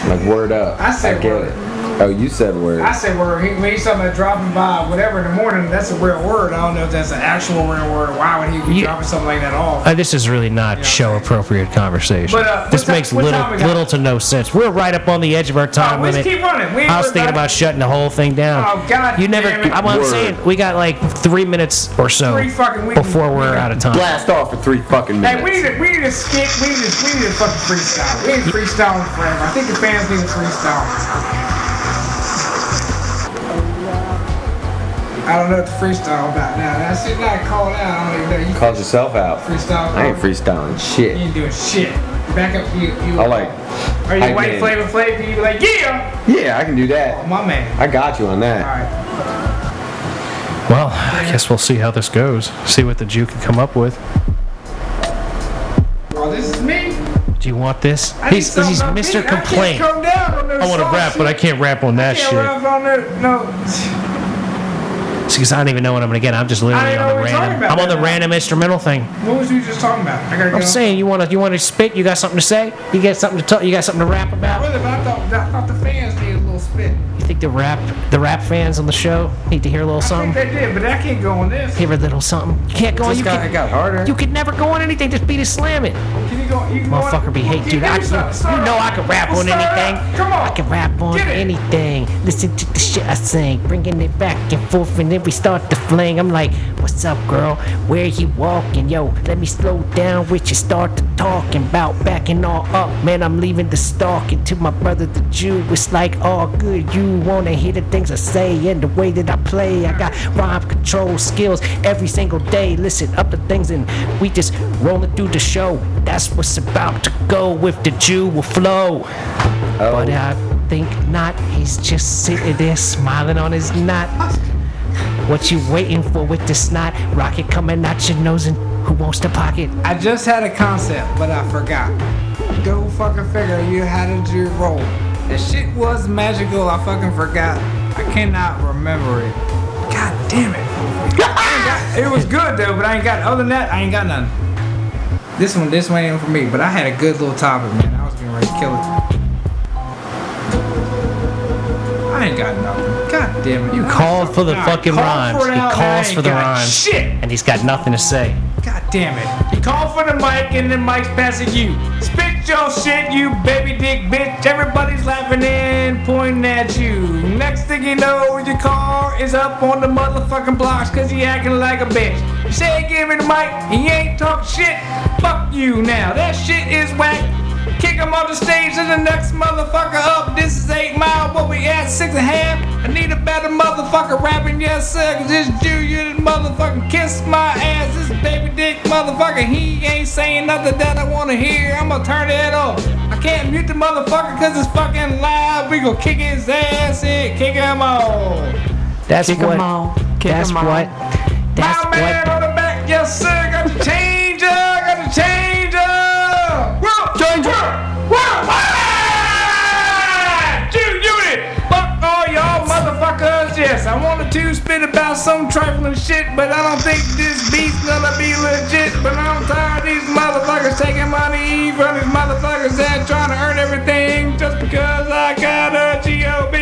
like word up.
I said
get
word.
it. Oh, you said word.
I say word. He, when he's talking about dropping by whatever in the morning, that's a real word. I don't know if that's an actual real word. Why would he be
Yeah.
dropping something like that off?
Uh, this is really not show appropriate conversation.
But, uh,
this
what ti-
makes
what
little
time we got?
little to no sense. We're right up on the edge of our time
Oh, we just
limit.
keep running. We ain't
I was
worried
thinking
about it.
about shutting the whole thing down.
Oh, God
You never.
damn it.
I'm, I'm
Word.
saying we got like three minutes or so
Three fucking weeks.
before we're out of time.
Blast off for three fucking minutes.
Hey, we need to, we need to skip. We need to, we need to fucking freestyle. We need to freestyle forever. I think the fans need to freestyle. I don't know what to freestyle about now. That shit not called out. I don't even know. You
Called yourself out.
freestyle.
I ain't freestyling
You
shit.
ain't doing shit. Back up. You. you
I like.
Are you
hype
white
man.
flavor flavor? You be like, yeah.
Yeah, I can do that.
My man.
I got you on
All
that.
right.
Well, I guess we'll see how this goes. See what the Jew can come up with.
Well, this is me.
Do you want this?
I
He's,
need
he's
something
Mr.
upbeat. I can't
Complaint.
come down on no
I want to
soft
rap, but I
shit.
can't rap on that
can't
shit.
rap on no. no.
Because I don't even know what I'm gonna get. I'm just
I
literally
don't
on
know
the
what you're talking
random.
about
I'm on the
right now.
random instrumental thing.
What was you just talking about? I gotta go.
I'm saying you want to you want to spit. You got something to say. You got something to talk. You got something to rap about.
Really, but I thought, I thought the fans needed a little spit.
You think the rap the rap fans on the show need to hear a little
I think
something?
they did, but I can't go on this.
Hear a little something. You can't go. on.
This
You
guy
can,
got harder.
you could never go on anything. Just beat a slam it.
Can you go? You can go
Motherfucker
on,
be
well,
hate,
you
dude.
do
I can,
something. Start
you know
up.
I can rap
Well,
on
start up.
anything.
Come on.
I can rap on
Get it.
anything. Listen to the shit I sing, bringing it back and forth, and then we start to fling. I'm like, what's up, girl? Where you walking, yo? Let me slow down with you. Start to talking about backing all up, man. I'm leaving the stalking to my brother the Jew. It's like all good. You wanna hear the things I say and the way that I play. I got rhyme control skills every single day. Listen up to things and we just rolling through the show. That's what's about to go with the Jew will flow. But I think not. He's just sitting there smiling on his knot. What you waiting for with the snot? Rocket coming out your nose and who wants to pocket?
I just had a concept, but I forgot. Go fucking figure. You how did you roll? That shit was magical. I fucking forgot. I cannot remember it. God damn it. I ain't got- it was good though, but I ain't got. Other than that, I ain't got none. This one, this one ain't for me. But I had a good little topic, man. I was getting ready to kill it. I ain't got nothing. God damn it. You
called for the fucking rhymes. He calls for the rhymes.
Shit.
And he's got nothing to say.
God damn it. You call for the mic and the mic's passing you. Spit your shit, you baby dick bitch. Everybody's laughing and pointing at you. Next thing you know, your car is up on the motherfucking blocks cause he acting like a bitch. You say, give me the mic, he ain't talking shit. Fuck you now. That shit is whack. Kick him off the stage to the next motherfucker up. This is eight mile, what we at six and a half. I need a better motherfucker rapping, yes sir. Cause this Jew, you this motherfucker kiss my ass. This baby dick motherfucker, he ain't saying nothing that I wanna hear. I'ma turn it off. I can't mute the motherfucker cause it's fucking loud. We gon' kick his ass in, kick him off.
That's
Kick 'em
what.
all. Kick
that's
'em all.
what. That's
My man
what.
on the back, yes sir, got the changer, got the changer. Whoa,
Changer.
whoa, whoa! Two unit. Fuck all y'all motherfuckers. Yes, I wanted to spit about some trifling shit, but I don't think this beat's gonna be legit. But I'm tired of these motherfuckers taking money from these motherfuckers that trying to earn everything just because I got a G.O.B. A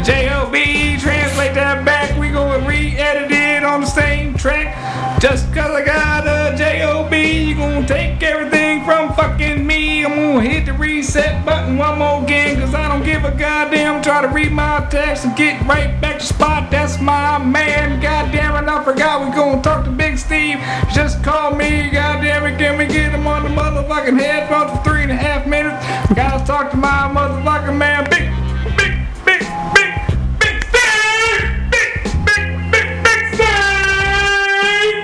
J.O.B. Translate that back. We gonna re-edit it on the same track. Just cause I got a J.O.B. You gonna take everything from fucking me. I'm gonna hit the reset button one more again. Cause I don't give a goddamn. Try to read my text and get right back to spot. That's my man. Goddamn it, I forgot we gonna talk to Big Steve. Just call me. Goddamn it, can we get him on the motherfucking headphones for three and a half minutes? Gotta talk to my motherfucking man, Big, Big, Big, Big, Big Steve! Big, Big, Big, Big Steve!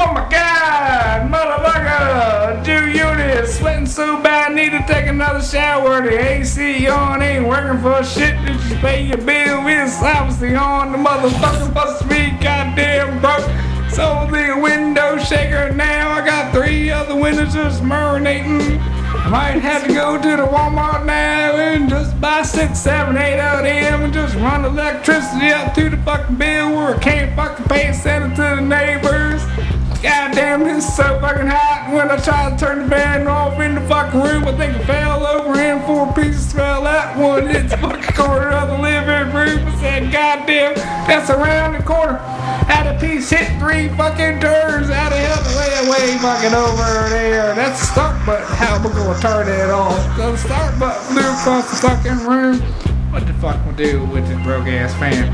Oh my god, motherfucker! Do you this? Sweating so bad, need to take another shower. The AC on ain't working for shit. Did you pay your bill? It's obviously on. The motherfucker must be goddamn broke. So the window shaker now. I got three other windows just marinating. I might have to go to the Walmart now and just buy six, seven, eight of them and just run electricity up to the fucking bill where I can't fucking pay and send it to the neighbors. God damn, this is so fucking hot. When I tried to turn the fan off in the fucking room, I think I fell over and four pieces fell out. One hit the fucking corner of the living room. I said, God damn, that's around the corner. Had a piece hit three fucking turns out of the way, way fucking over there. That's the start button. How am I gonna turn it off? The start button flew across the fucking room. What the fuck we do with this broke ass fan?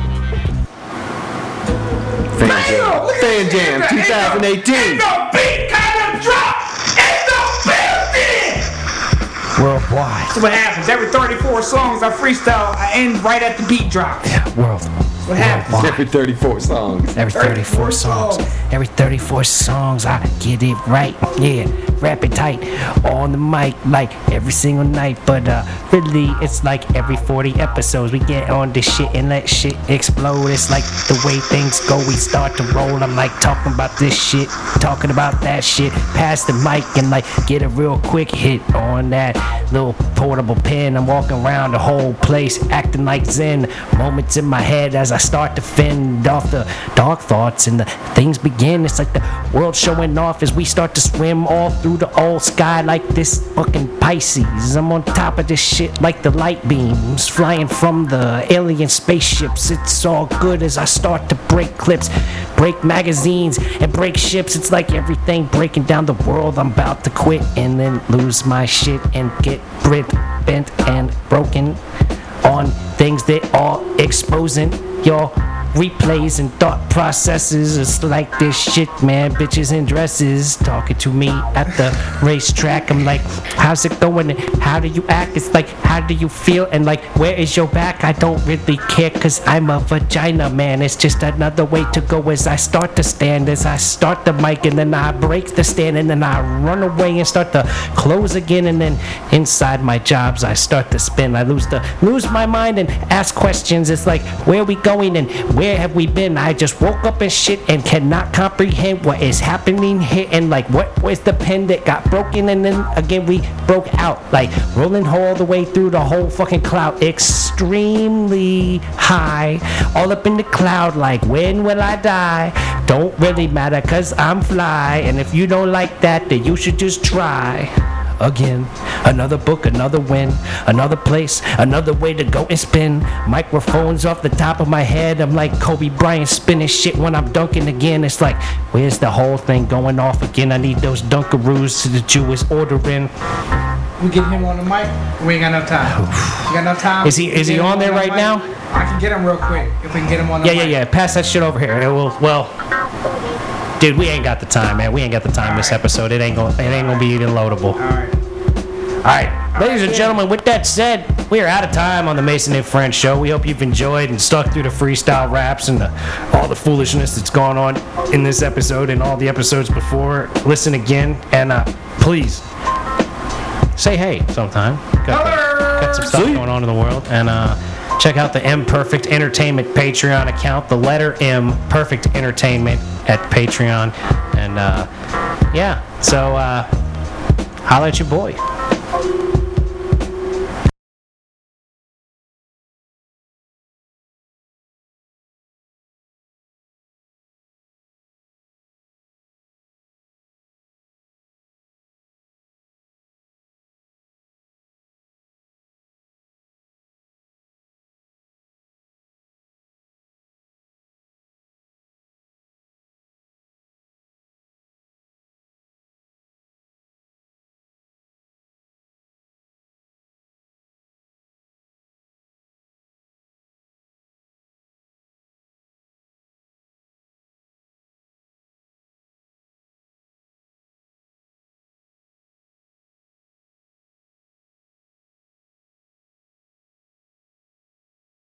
Fan Jam. Fan Jam 2018.
beat kind of drop in the building!
Worldwide.
That's what happens. Every 34 songs I freestyle, I end right at the beat drop. That's
Yeah, world.
what happens.
Every 34 songs.
Every 34 songs. Every 34 songs, I get it right. Yeah, rap it tight on the mic like every single night. But uh, really, it's like every 40 episodes. We get on this shit and let shit explode. It's like the way things go, we start to roll. I'm like talking about this shit, talking about that shit. Pass the mic and like get a real quick hit on that little portable pen. I'm walking around the whole place acting like Zen. Moments in my head as I start to fend off the dark thoughts and the things begin. It's like the world showing off as we start to swim all through the old sky like this fucking Pisces. I'm on top of this shit like the light beams flying from the alien spaceships. It's all good as I start to break clips, break magazines, and break ships. It's like everything breaking down the world. I'm about to quit and then lose my shit and get brit bent and broken on things that are exposing your replays and thought processes. It's like this shit, man. Bitches in dresses talking to me at the racetrack. I'm like, how's it going? How do you act? It's like, how do you feel? And like, where is your back? I don't really care because I'm a vagina man. It's just another way to go as I start to stand, as I start the mic, and then I break the stand, and then I run away and start to close again. And then inside my jobs, I start to spin. I lose the lose my mind and ask questions. It's like, where are we going and where have we been? I just woke up and shit and cannot comprehend what is happening here. And like, what was the pen that got broken? And then again, we broke out. Like, rolling all the way through the whole fucking cloud. Extremely high, all up in the cloud. Like, when will I die? Don't really matter, cause I'm fly. And if you don't like that, then you should just try again. Another book, another win, another place, another way to go and spin. Microphones off the top of my head. I'm like Kobe Bryant spinning shit when I'm dunking again. It's like, where's the whole thing going off again? I need those dunkaroos to the Jewish ordering.
We get him on the mic, we ain't got no time. You got no time?
Is he- is
Get
he
him
on there
the
right
mic.
now?
I can get him real quick if we can get him on the
Yeah,
mic.
yeah, yeah. Pass that shit over here. It will, well, dude, we ain't got the time, man. We ain't got the time this episode. It ain't gonna, it ain't gonna be even loadable.
All right.
All right, ladies and gentlemen, with that said, we are out of time on the Mason and French show. We hope you've enjoyed and stuck through the freestyle raps and the, all the foolishness that's gone on in this episode and all the episodes before. Listen again and uh, please say hey sometime. Got, got some stuff going on in the world. And uh,
Check out the M Perfect Entertainment Patreon account, the letter M Perfect Entertainment at Patreon. And uh, yeah, so uh, holla at your boy.